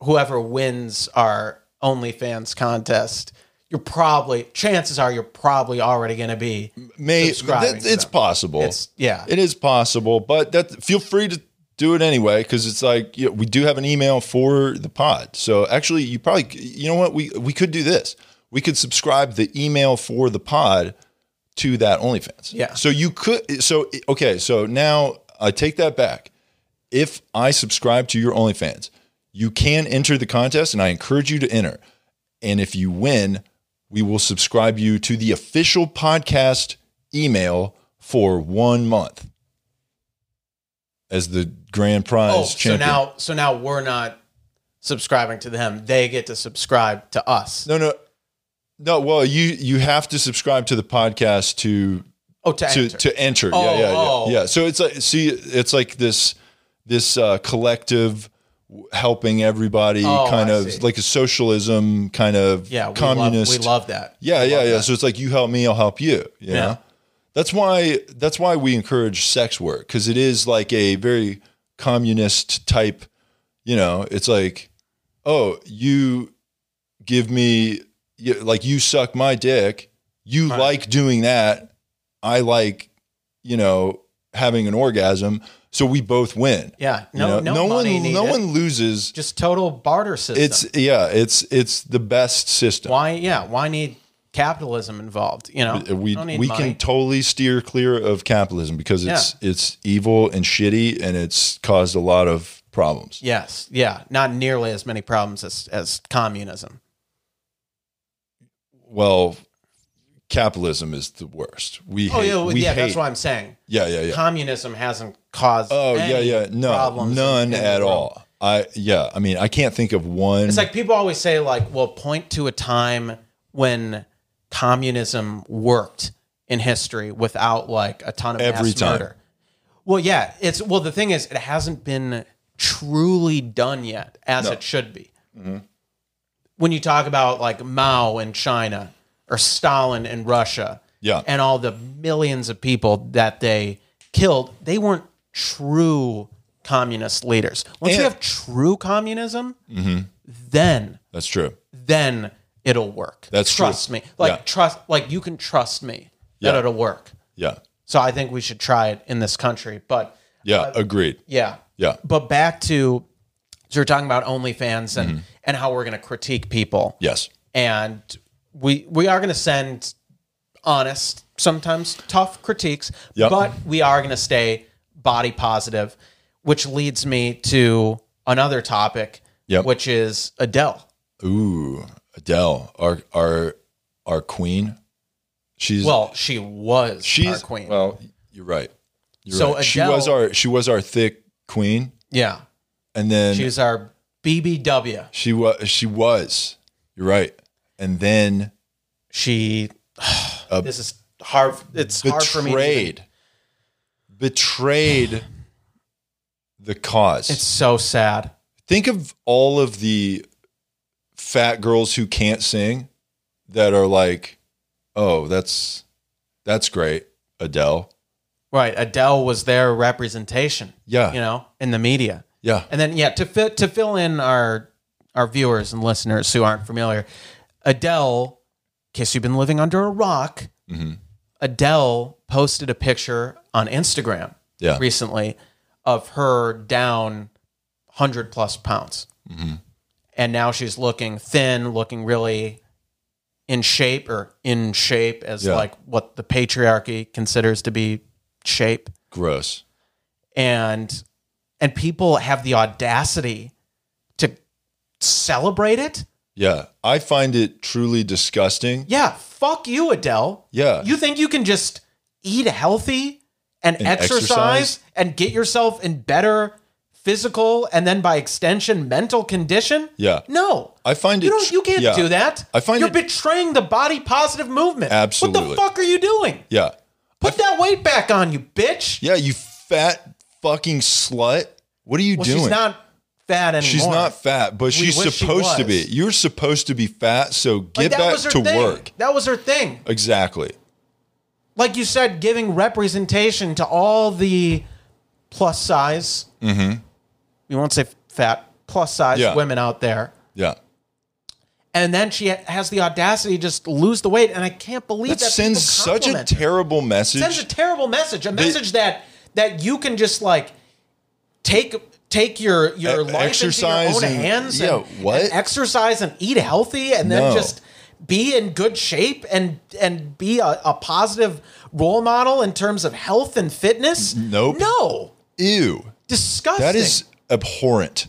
whoever wins our OnlyFans contest, you're probably chances are you're probably already going to be. May Subscribing that- to it's them. possible. It's yeah. It is possible, but that feel free to do it anyway because it's like you know, we do have an email for the pod. So actually, you probably you know what we we could do this. We could subscribe the email for the pod to that OnlyFans. Yeah. So you could. So okay. So now I take that back. If I subscribe to your OnlyFans, you can enter the contest, and I encourage you to enter. And if you win, we will subscribe you to the official podcast email for one month as the grand prize oh, so champion. now so now we're not subscribing to them. They get to subscribe to us. no, no, no. Well, you you have to subscribe to the podcast to oh, to, to enter. to enter. Oh, yeah, yeah, oh. yeah, yeah. So it's like see, it's like this this uh, collective w- helping everybody Oh, kind I of see. like a socialism kind of Yeah, we communist. Love, we love that. Yeah, We yeah, love yeah. that. So it's like you help me, I'll help you. you Yeah. know? That's why that's why we encourage sex work because it is like a very communist type. You know, it's like, oh, you give me you, like you suck my dick. You Right. like doing that. I like, you know, having an orgasm. So we both win. yeah. You No, know? no, no one, money no needed. one loses. Just total barter system. It's yeah, it's it's the best system. why. Yeah. Why need capitalism involved? You know, we Uh, Don't need we money. can totally steer clear of capitalism because it's it's evil and shitty and it's caused a lot of problems. Yes. Yeah. Not nearly as many problems as as communism. Well, capitalism is the worst. We hate, Oh yeah. well, we yeah. hate, That's what I'm saying. yeah yeah yeah. Communism hasn't caused. Oh yeah any yeah no problems in- in none the at world. all. I yeah I mean I can't think of one. It's like people always say, like, well, point to a time when communism worked in history without like a ton of Every mass time. murder. Well, yeah, it's well. The thing is, it hasn't been truly done yet, as it should be. Mm-hmm. When you talk about like Mao in China or Stalin in Russia, Yeah. and all the millions of people that they killed, they weren't true communist leaders. Once you And- Mm-hmm. have true communism, then that's true. then it'll work. That's true. trust me. Like Yeah. trust like you can trust me that Yeah. it'll work. Yeah So I think we should try it in this country. But yeah Uh, agreed. yeah. Yeah. But back to so you're talking about OnlyFans Mm-hmm. and and how we're gonna critique people. Yes. And we we are gonna send honest, sometimes tough critiques, Yep. but we are gonna stay body positive, which leads me to another topic, Yep. which is Adele. Ooh Adele our our our queen. She's Well, she was she's our queen. Well you're right. You're So right. she was Adele- our she was our thick queen. yeah, and then she was our BBW. she was she was you're right and then She. Uh, <sighs> this is hard. It's hard for me. to even- betrayed betrayed the cause It's so sad. think of all of the fat girls who can't sing that are like oh that's that's great adele Right, Adele was their representation. Yeah. you know, in the media, yeah and then yeah, to fit to fill in our our viewers and listeners who aren't familiar, Adele, in case you've been living under a rock, Mm-hmm. Adele posted a picture on Instagram yeah recently of her down 100 plus pounds. Mm-hmm. And now she's looking thin, looking really in shape or in shape as Yeah. like what the patriarchy considers to be shape. gross And and people have the audacity to celebrate it? yeah i find it truly disgusting Yeah, fuck you, Adele. yeah You think you can just eat healthy and, And exercise, exercise? and get yourself in better physical and then by extension mental condition? yeah No. i find you it don't tr- you can't yeah. do that. I find You're it- betraying the body positive movement. What Absolutely. the fuck are you doing? yeah Put that weight back on, you bitch. yeah you fat fucking slut what are you well, doing she's not fat anymore. She's not fat, but she's wish she supposed to be. was. You're supposed to be fat, so Like, get that back was her to thing. work. That was her thing. Exactly. Like you said, giving representation to all the plus size. Mm-hmm. We won't say fat plus size Yeah. women out there. Yeah. and then she ha- has the audacity to just lose the weight and i can't believe That, that, sends people such a compliment her. terrible message. sends a terrible message a message that that you can just like take take your your E- life exercise into your own and- hands yeah, and, what? and exercise and eat healthy and then No. just be in good shape and and be a, a positive role model in terms of health and fitness Nope. no Ew. disgusting That is abhorrent.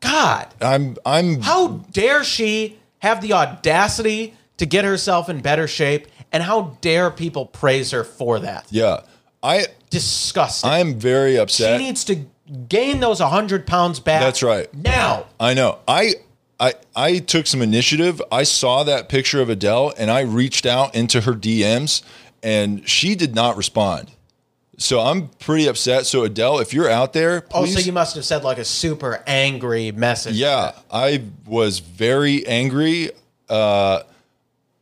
god I'm I'm How dare she have the audacity to get herself in better shape? And how dare people praise her for that? yeah. I Disgusting. I'm very she upset. needs to gain those 100 pounds back. That's right. Now. I know. I I I took some initiative. I saw that picture of Adele and I reached out into her DMs and she did not respond. So I'm pretty upset. So Adele, if you're out there, Oh, please. so you must have said like a super angry message. yeah, I was very angry. Uh,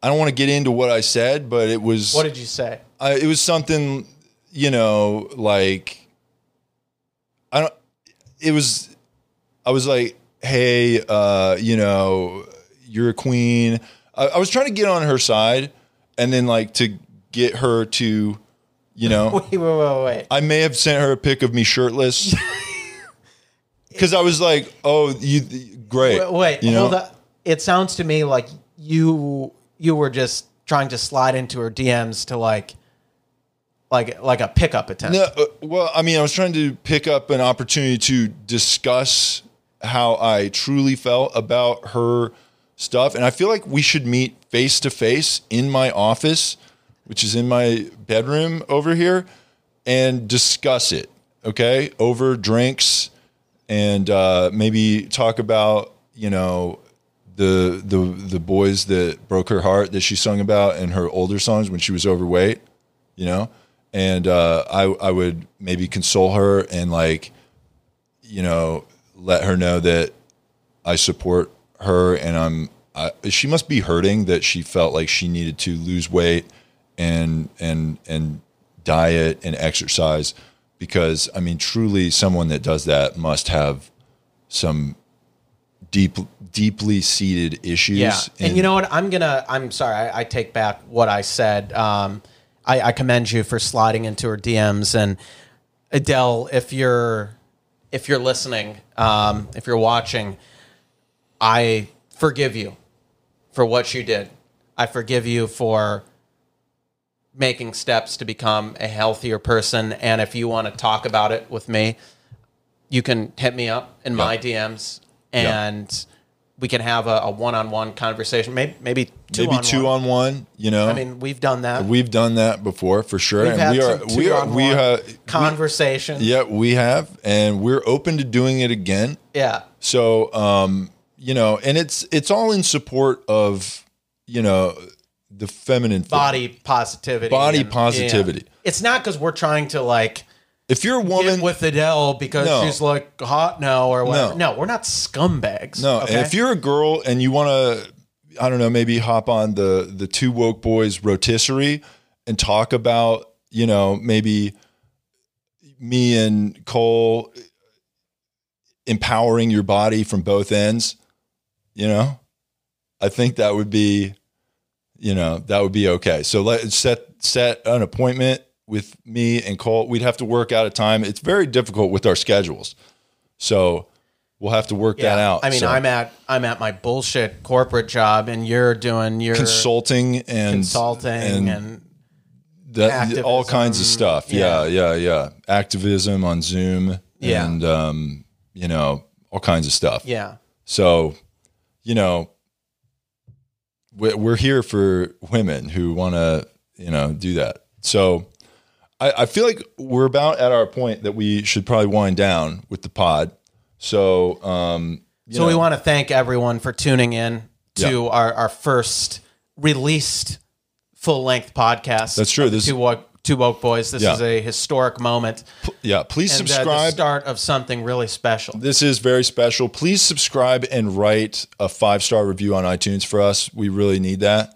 I don't want to get into what I said, but it was What did you say? I, it was something, you know, like I don't. It was. I was like, hey, uh, you know, you're a queen. I, I was trying to get on her side, and then like to get her to, you know, Wait, wait, wait, wait. I may have sent her a pic of me <laughs> shirtless. Because I was like, "Oh, you great." Wait, wait you hold up. It sounds to me like you you were just trying to slide into her DMs to like like like a pickup attempt. No, uh, well, I mean, I was trying to pick up an opportunity to discuss how I truly felt about her stuff, and I feel like we should meet face to face in my office, which is in my bedroom over here, and discuss it. Okay, over drinks, and uh, maybe talk about you know the the the boys that broke her heart that she sung about in her older songs when she was overweight you know and uh, I, I would maybe console her and like you know let her know that i support her and i'm I, she must be hurting that she felt like she needed to lose weight and and and diet and exercise because i mean truly someone that does that must have some deep deeply seated issues Yeah, and, in- you know what? I'm gonna. I'm sorry. I, I take back what I said. Um, I, I commend you for sliding into her DMs. And Adele, if you're if you're listening, um, if you're watching, I forgive you for what you did. I forgive you for making steps to become a healthier person. And if you want to talk about it with me, you can hit me up in my DMs and we can have a, a one-on-one conversation. Maybe, maybe two maybe on two one. on one you know I mean, we've done that. We've done that before for sure, We've and had we are some we are we two-on-one have conversation. yeah we have, and we're open to doing it again. yeah. So um, you know, and it's it's all in support of you know the feminine form. Body positivity. Body and- positivity. yeah. It's not because we're trying to like If you're a get woman, with Adele because No. she's like hot now or whatever. No, No. we're not scumbags. no, okay? and if you're a girl and you want to, I don't know, maybe hop on the the two woke boys rotisserie and talk about you know maybe me and Cole empowering your body from both ends, you know, I think that would be, you know, that would be okay. So let set set an appointment with me and Cole. We'd have to work out a time. It's very difficult with our schedules, so we'll have to work that out. I mean, So I'm at I'm at my bullshit corporate job, and you're doing your consulting and consulting and, that, all activism. kinds of stuff. Yeah. yeah, yeah, Activism on Zoom Yeah. and um, you know, all kinds of stuff. yeah, So, you know, we- we're here for women who want to, you know, do that. So I, I feel like we're about at our point that we should probably wind down with the pod. So, um, you So we know, want to thank everyone for tuning in to our, our first released full length podcast. That's true. of the This- two woke, two woke boys. This Yeah. is a historic moment yeah, please and uh, the subscribe. start of something really special. this is very special. Please subscribe and write a five star review on iTunes for us. We really need that.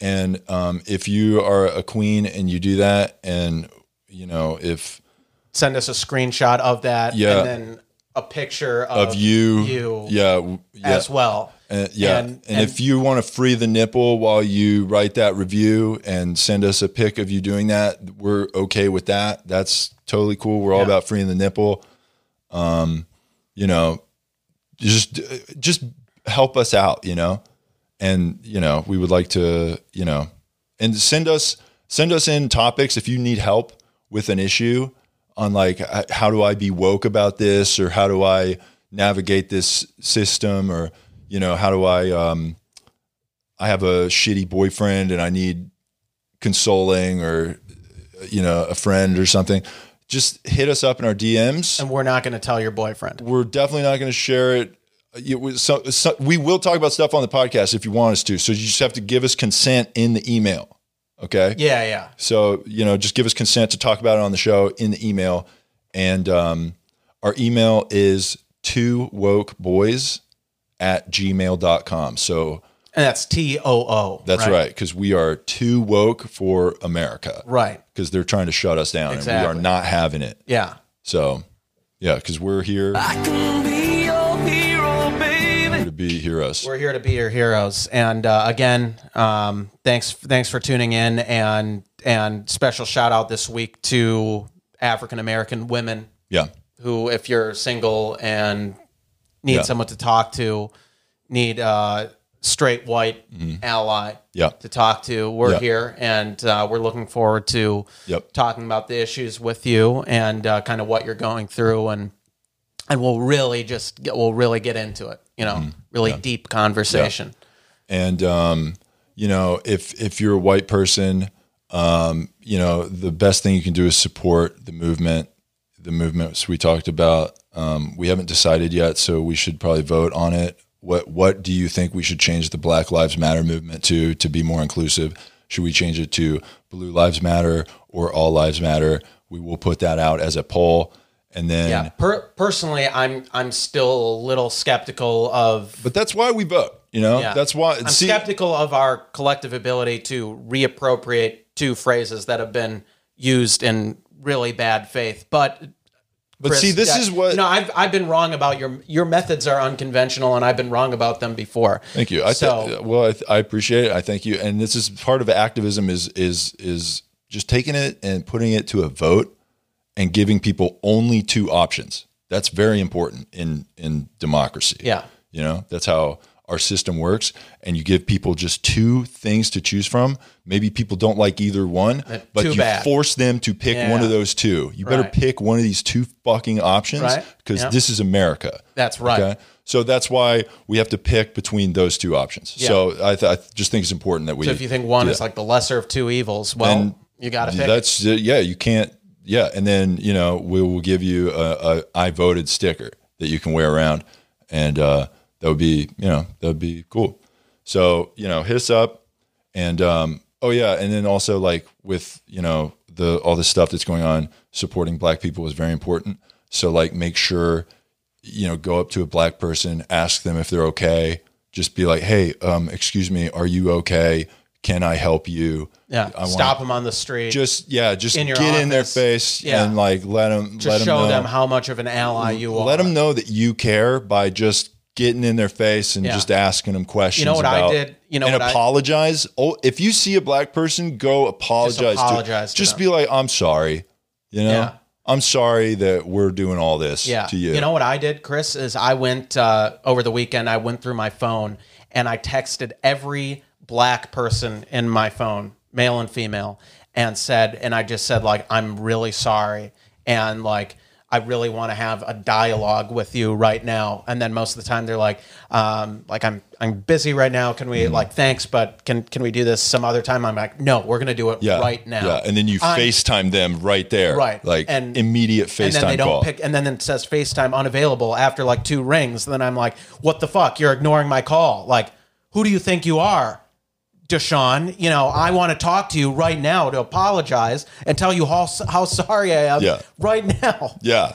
And um, if you are a queen and you do that, and you know if Send us a screenshot of that, Yeah. and then a picture of, of you, you yeah, w- yeah, as well. And, Uh, yeah, and, Uh, And- and- if you want to free the nipple while you write that review and send us a pic of you doing that, we're okay with that. That's totally cool. We're all Yeah. about freeing the nipple. Um, you know, just just help us out, you know, and you know we would like to, you know, and send us send us in topics if you need help with an issue on like h- how do I be woke about this or how do I navigate this system or you know how do I um I have a shitty boyfriend and I need consoling or you know a friend or something just hit us up in our DMs And we're not going to tell your boyfriend. we're definitely not going to share it. It was so, so- we will talk about stuff on the podcast if you want us to. So you just have to give us consent in the email. Okay. Yeah, yeah. So, you know, just give us consent to talk about it on the show in the email. And um, our email is two woke boys at gmail.com. So And that's T O O. that's right. Because we are too woke for America. Right. Because they're trying to shut us down and we Exactly. are not having it. Yeah. So, yeah, because we're here Ah. I can be your hero, baby. to be hear us. We're here to be your heroes. And uh, again, um, thanks thanks for tuning in and and special shout out this week to African American women Yeah. who if you're single and need Yeah. someone to talk to, need a straight white ally Mm-hmm. Yeah. to talk to, we're Yeah. here and uh, we're looking forward to Yep. talking about the issues with you and uh, kind of what you're going through and and we'll really just get, we'll really get into it, you Mm-hmm. know, really deep conversation. and um, you know if if you're a white person um, you know the best thing you can do is support the movement the movements we talked about um, we haven't decided yet so we should probably vote on it what what do you think we should change the black lives matter movement to to be more inclusive should we change it to blue lives matter or all lives matter we will put that out as a poll and then Yeah. Per- personally, I'm I'm still a little skeptical of but that's why we vote you know Yeah. that's why I'm skeptical of our collective ability to reappropriate two phrases that have been used in really bad faith. But but see this is what no, I've I've been wrong about your your methods are unconventional, and I've been wrong about them before. Thank you. I th- so well, I, th- I appreciate it. I thank you. And this is part of activism is is is just taking it and putting it to a vote and giving people only two options. That's very important in in democracy. Yeah. You know, that's how our system works and you give people just two things to choose from. Maybe people don't like either one, but Uh, too you bad. force them to pick one Yeah. of those two. You better Right. pick one of these two fucking options Right. because Yeah. this is America. that's right. Okay. So that's why we have to pick between those two options. So I, th- I just think it's important that we. So if you think one do is that. like the lesser of two evils, well, And you got to pick. it. that's uh, yeah, you can't yeah, and then you know we will give you a, a I voted sticker that you can wear around, and uh, that would be you know that would be cool. So you know hit us up, and um, oh yeah, and then also like with you know the all this stuff that's going on, supporting Black people is very important. So like make sure you know, go up to a black person, ask them if they're okay. Just be like, "Hey, um, excuse me, are you okay? Can I help you?" Yeah, I stop them on the street. Just yeah, just In your get in their office. face Yeah. and like let them Just let them show know. them how much of an ally you are. let them know that you care by just getting in their face and Yeah. just asking them questions. what I about- did? You know and what I- apologize. oh, if you see a black person, go apologize. apologize To, to just them. be like, "I'm sorry," you know. Yeah. I'm sorry that we're doing all this Yeah. to you. know what I did, Chris, is I went uh, over the weekend. I went through my phone and I texted every black person in my phone, male and female, and said, and I just said like, I'm really sorry, and like. I really want to have a dialogue with you right now, and then most of the time they're like, um, "Like I'm, I'm busy right now. Can we Mm-hmm. like thanks, but can can we do this some other time?" I'm like, "No, we're gonna do it Yeah, right now." Yeah, and then you I'm- FaceTime them right there, Right, Like and- immediate and then they FaceTime don't call. pick and then it says facetime unavailable after like two rings then i'm like what the fuck you're ignoring my call like who do you think you are deshaun you know i want to talk to you right now to apologize and tell you how, how sorry i am Yeah. right now yeah,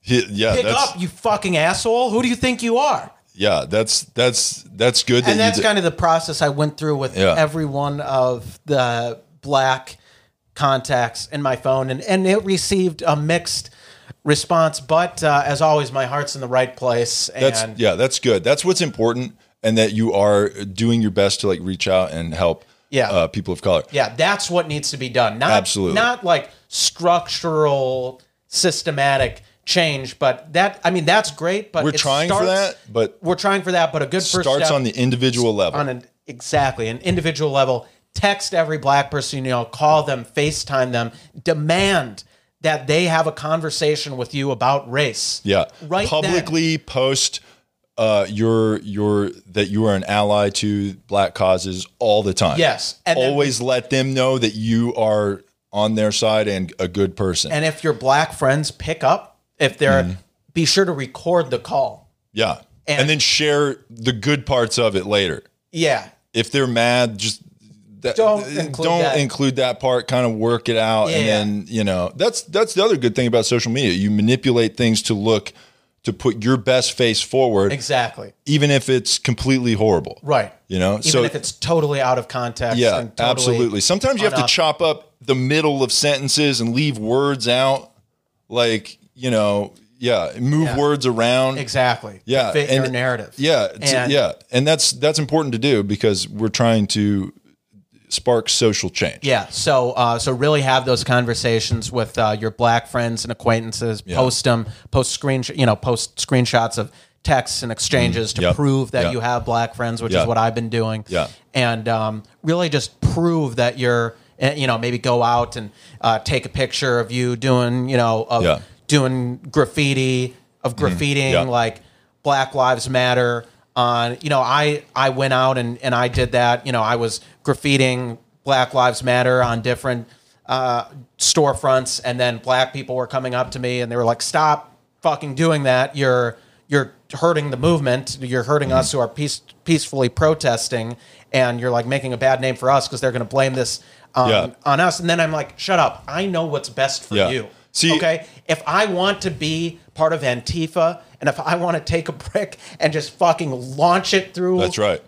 He- yeah, pick that's up you fucking asshole who do you think you are yeah, that's that's that's good. and that that's you did- kind of the process i went through with Yeah. every one of the black contacts in my phone and, and it received a mixed response but uh, as always my heart's in the right place and that's yeah, that's good. That's what's important, and that you are doing your best to like reach out and help. Yeah. uh, people of color. Yeah, that's what needs to be done. Not Absolutely. not like structural systematic change, but that I mean that's great, but We're it trying for starts- that, but We're trying for that, but a good first starts step on the individual level. on an exactly an individual level. Text every black person you know, call them, FaceTime them, demand that they have a conversation with you about race. yeah, Right then. Publicly post uh, your your that you are an ally to black causes all the time. Yes, and then- always let them know that you are on their side and a good person. And if your black friends pick up, if they're Mm-hmm. be sure to record the call. Yeah. And, And- then share the good parts of it later. Yeah. If they're mad, just that, uh, Don't include don't that. include that part. Kind of work it out, Yeah. and then you know that's that's the other good thing about social media. You manipulate things to look to put your best face forward, Exactly. even if it's completely horrible. Right. You know. Even so if it's totally out of context. yeah, and totally absolutely. Sometimes you have to unoff- chop up the middle of sentences and leave words out, like you know, yeah, move Yeah. words around. Exactly. Yeah, Fit and- your narrative. Yeah, it's- And- yeah, and that's that's important to do because we're trying to spark social change. Yeah. So, uh, so really have those conversations with uh, your black friends and acquaintances. Post them. Post screensh You know, post screenshots of texts and exchanges to Mm, Yep. prove that Yeah. you have black friends, which Yeah. is what I've been doing. Yeah. And um, really just prove that you're. eh, You know, maybe go out and uh, take a picture of you doing. You know, of Yeah. doing graffiti of graffitiing Mm-hmm. Yeah. like Black Lives Matter. On you know, I I went out and and I did that. You know, I was graffitiing Black Lives Matter on different uh, storefronts, and then black people were coming up to me and they were like, "Stop fucking doing that! You're you're hurting the movement. You're hurting Mm-hmm. us who are peace, peacefully protesting, and you're like making a bad name for us because they're going to blame this." On, Yeah. on us, and then I'm like, "Shut up! I know what's best for Yeah. you." See- okay, if I want to be part of Antifa and if I want to take a <laughs> brick and just fucking launch it through That's right.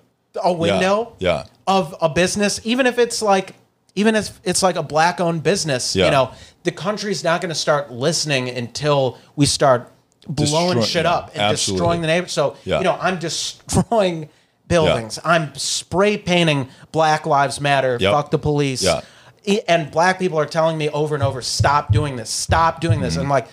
a window Yeah. of a business, even if it's like even if it's like a black owned business, Yeah. you know, the country's not gonna start listening until we start blowing Destroy- shit yeah, up and absolutely. destroying the neighbor. So Yeah. you know, I'm destroying buildings. I'm spray painting Black Lives Matter, Yep. fuck the police. Yeah. E- and black people are telling me over and over, stop doing this, stop doing Mm-hmm. this. And I'm like,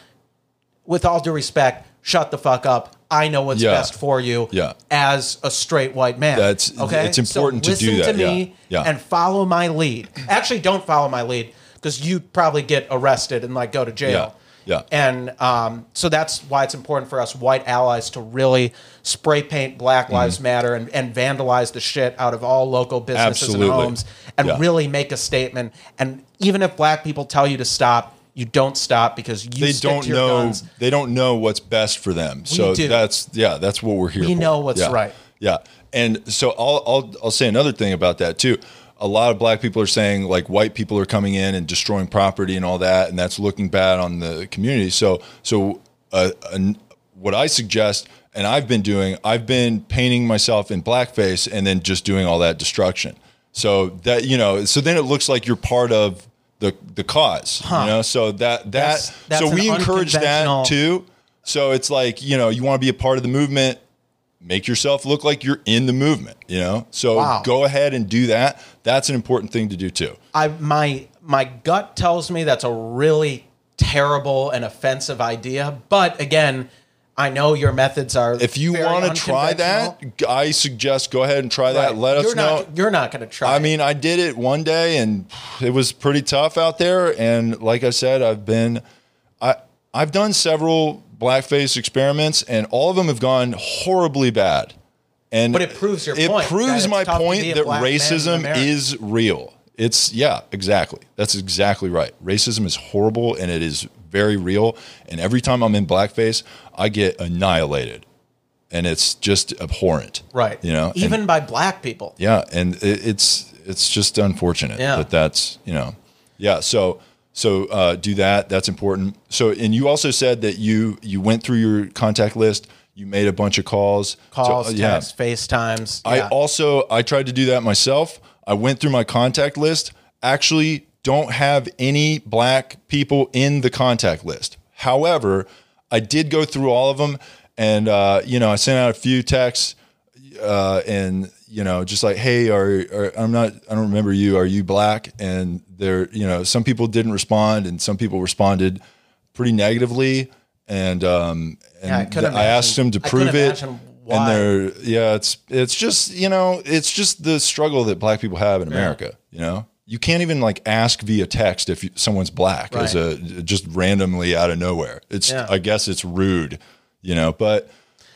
with all due respect, shut the fuck up. I know what's Yeah. best for you Yeah. as a straight white man. That's- it's important to do that. listen Yeah. To me Yeah. And follow my lead. Actually, don't follow my lead because you probably get arrested and like go to jail. Yeah. Yeah. And um, so that's why it's important for us white allies to really spray paint Mm-hmm. Black Lives Matter and, and vandalize the shit out of all local businesses Absolutely. and homes and Yeah. really make a statement. And even if black people tell you to stop, you don't stop because you They stick don't to your know. guns. They don't know what's best for them. so do. that's yeah. That's what we're here. We for. know what's Yeah. right. Yeah. And so I'll, I'll I'll say another thing about that too. A lot of black people are saying like white people are coming in and destroying property and all that, and that's looking bad on the community. So so uh, an what I suggest and I've been doing, I've been painting myself in blackface and then just doing all that destruction. So that you know, so then it looks like you're part of the the cause. You know, so that that That's- that's so an we encourage that unconventional- too. So it's like you know, you want to be a part of the movement make yourself look like you're in the movement you know so Wow. go ahead and do that that's an important thing to do too I my my gut tells me that's a really terrible and offensive idea. But again, I know your methods are. if you very want to try that unconventional. i suggest go ahead and try that Right. let you're us know not, You're not going to try. i it. mean i did it one day and it was pretty tough out there and like i said i've been i i've done several blackface experiments and all of them have gone horribly bad and But it proves your it point that proves it's my tough to point be a that black man in racism America. is is real. It's yeah, exactly. That's exactly right. Racism is horrible and it is very real. And every time I'm in blackface, I get annihilated, and it's just abhorrent. right? You know. even And- by black people. yeah, and it, it's it's just unfortunate Yeah. that that's you know, yeah. So so uh, do that. That's important. So and you also said that you you went through your contact list. You made a bunch of calls. to- Calls, uh, yeah. texts, FaceTimes. I yeah. also I tried to do that myself. I went through my contact list. Actually, don't have any black people in the contact list. However, I did go through all of them, and uh, you know, I sent out a few texts, uh, and you know, just like, hey, are, are I'm not, I don't remember you. Are you black? And there, you know, some people didn't respond, and some people responded pretty negatively. And um, and Yeah, I could I asked imagine- them to I could prove it, imagine and why. they're or- yeah, it's it's just you know it's just the struggle that black people have in America. You know, you can't even like ask via text if you, someone's black as a just randomly out of nowhere. It's Yeah. I guess it's rude, you know, but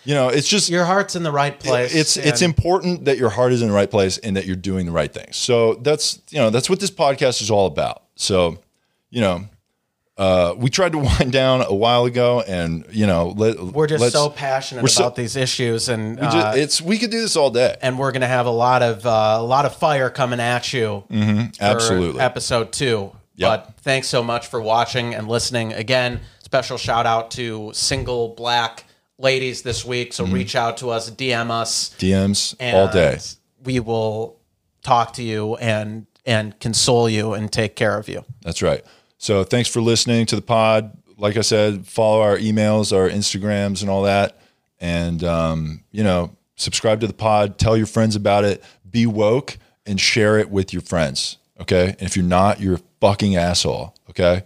you know it's just your heart's in the right place. it's it's and- important that your heart is in the right place and that you're doing the right things. So that's you know that's what this podcast is all about. So you know uh, we tried to <laughs> wind down a while ago, and you know, let, We're just let's- so passionate we're so- about these issues, and we uh, just- it's we could do this all day. and we're gonna have a lot of uh, a lot of fire coming at you. for Mm-hmm. Absolutely. episode two. Yep. But thanks so much for watching and listening again. Special shout out to single black ladies this week. So reach out to us, DM us DMs Mm-hmm. all day. We will talk to you and and console you and take care of you. That's right. So thanks for listening to the pod. Like I said, follow our emails, our Instagrams, and all that. And um, you know, subscribe to the pod. Tell your friends about it. Be woke and share it with your friends. Okay. And if you're not, you're a fucking asshole. Okay.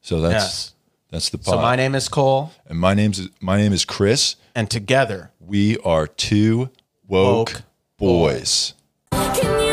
So that's Yes. that's the pod. So my name is Cole, and my name's my name is Chris. and together We are two woke, Woke boys. Can you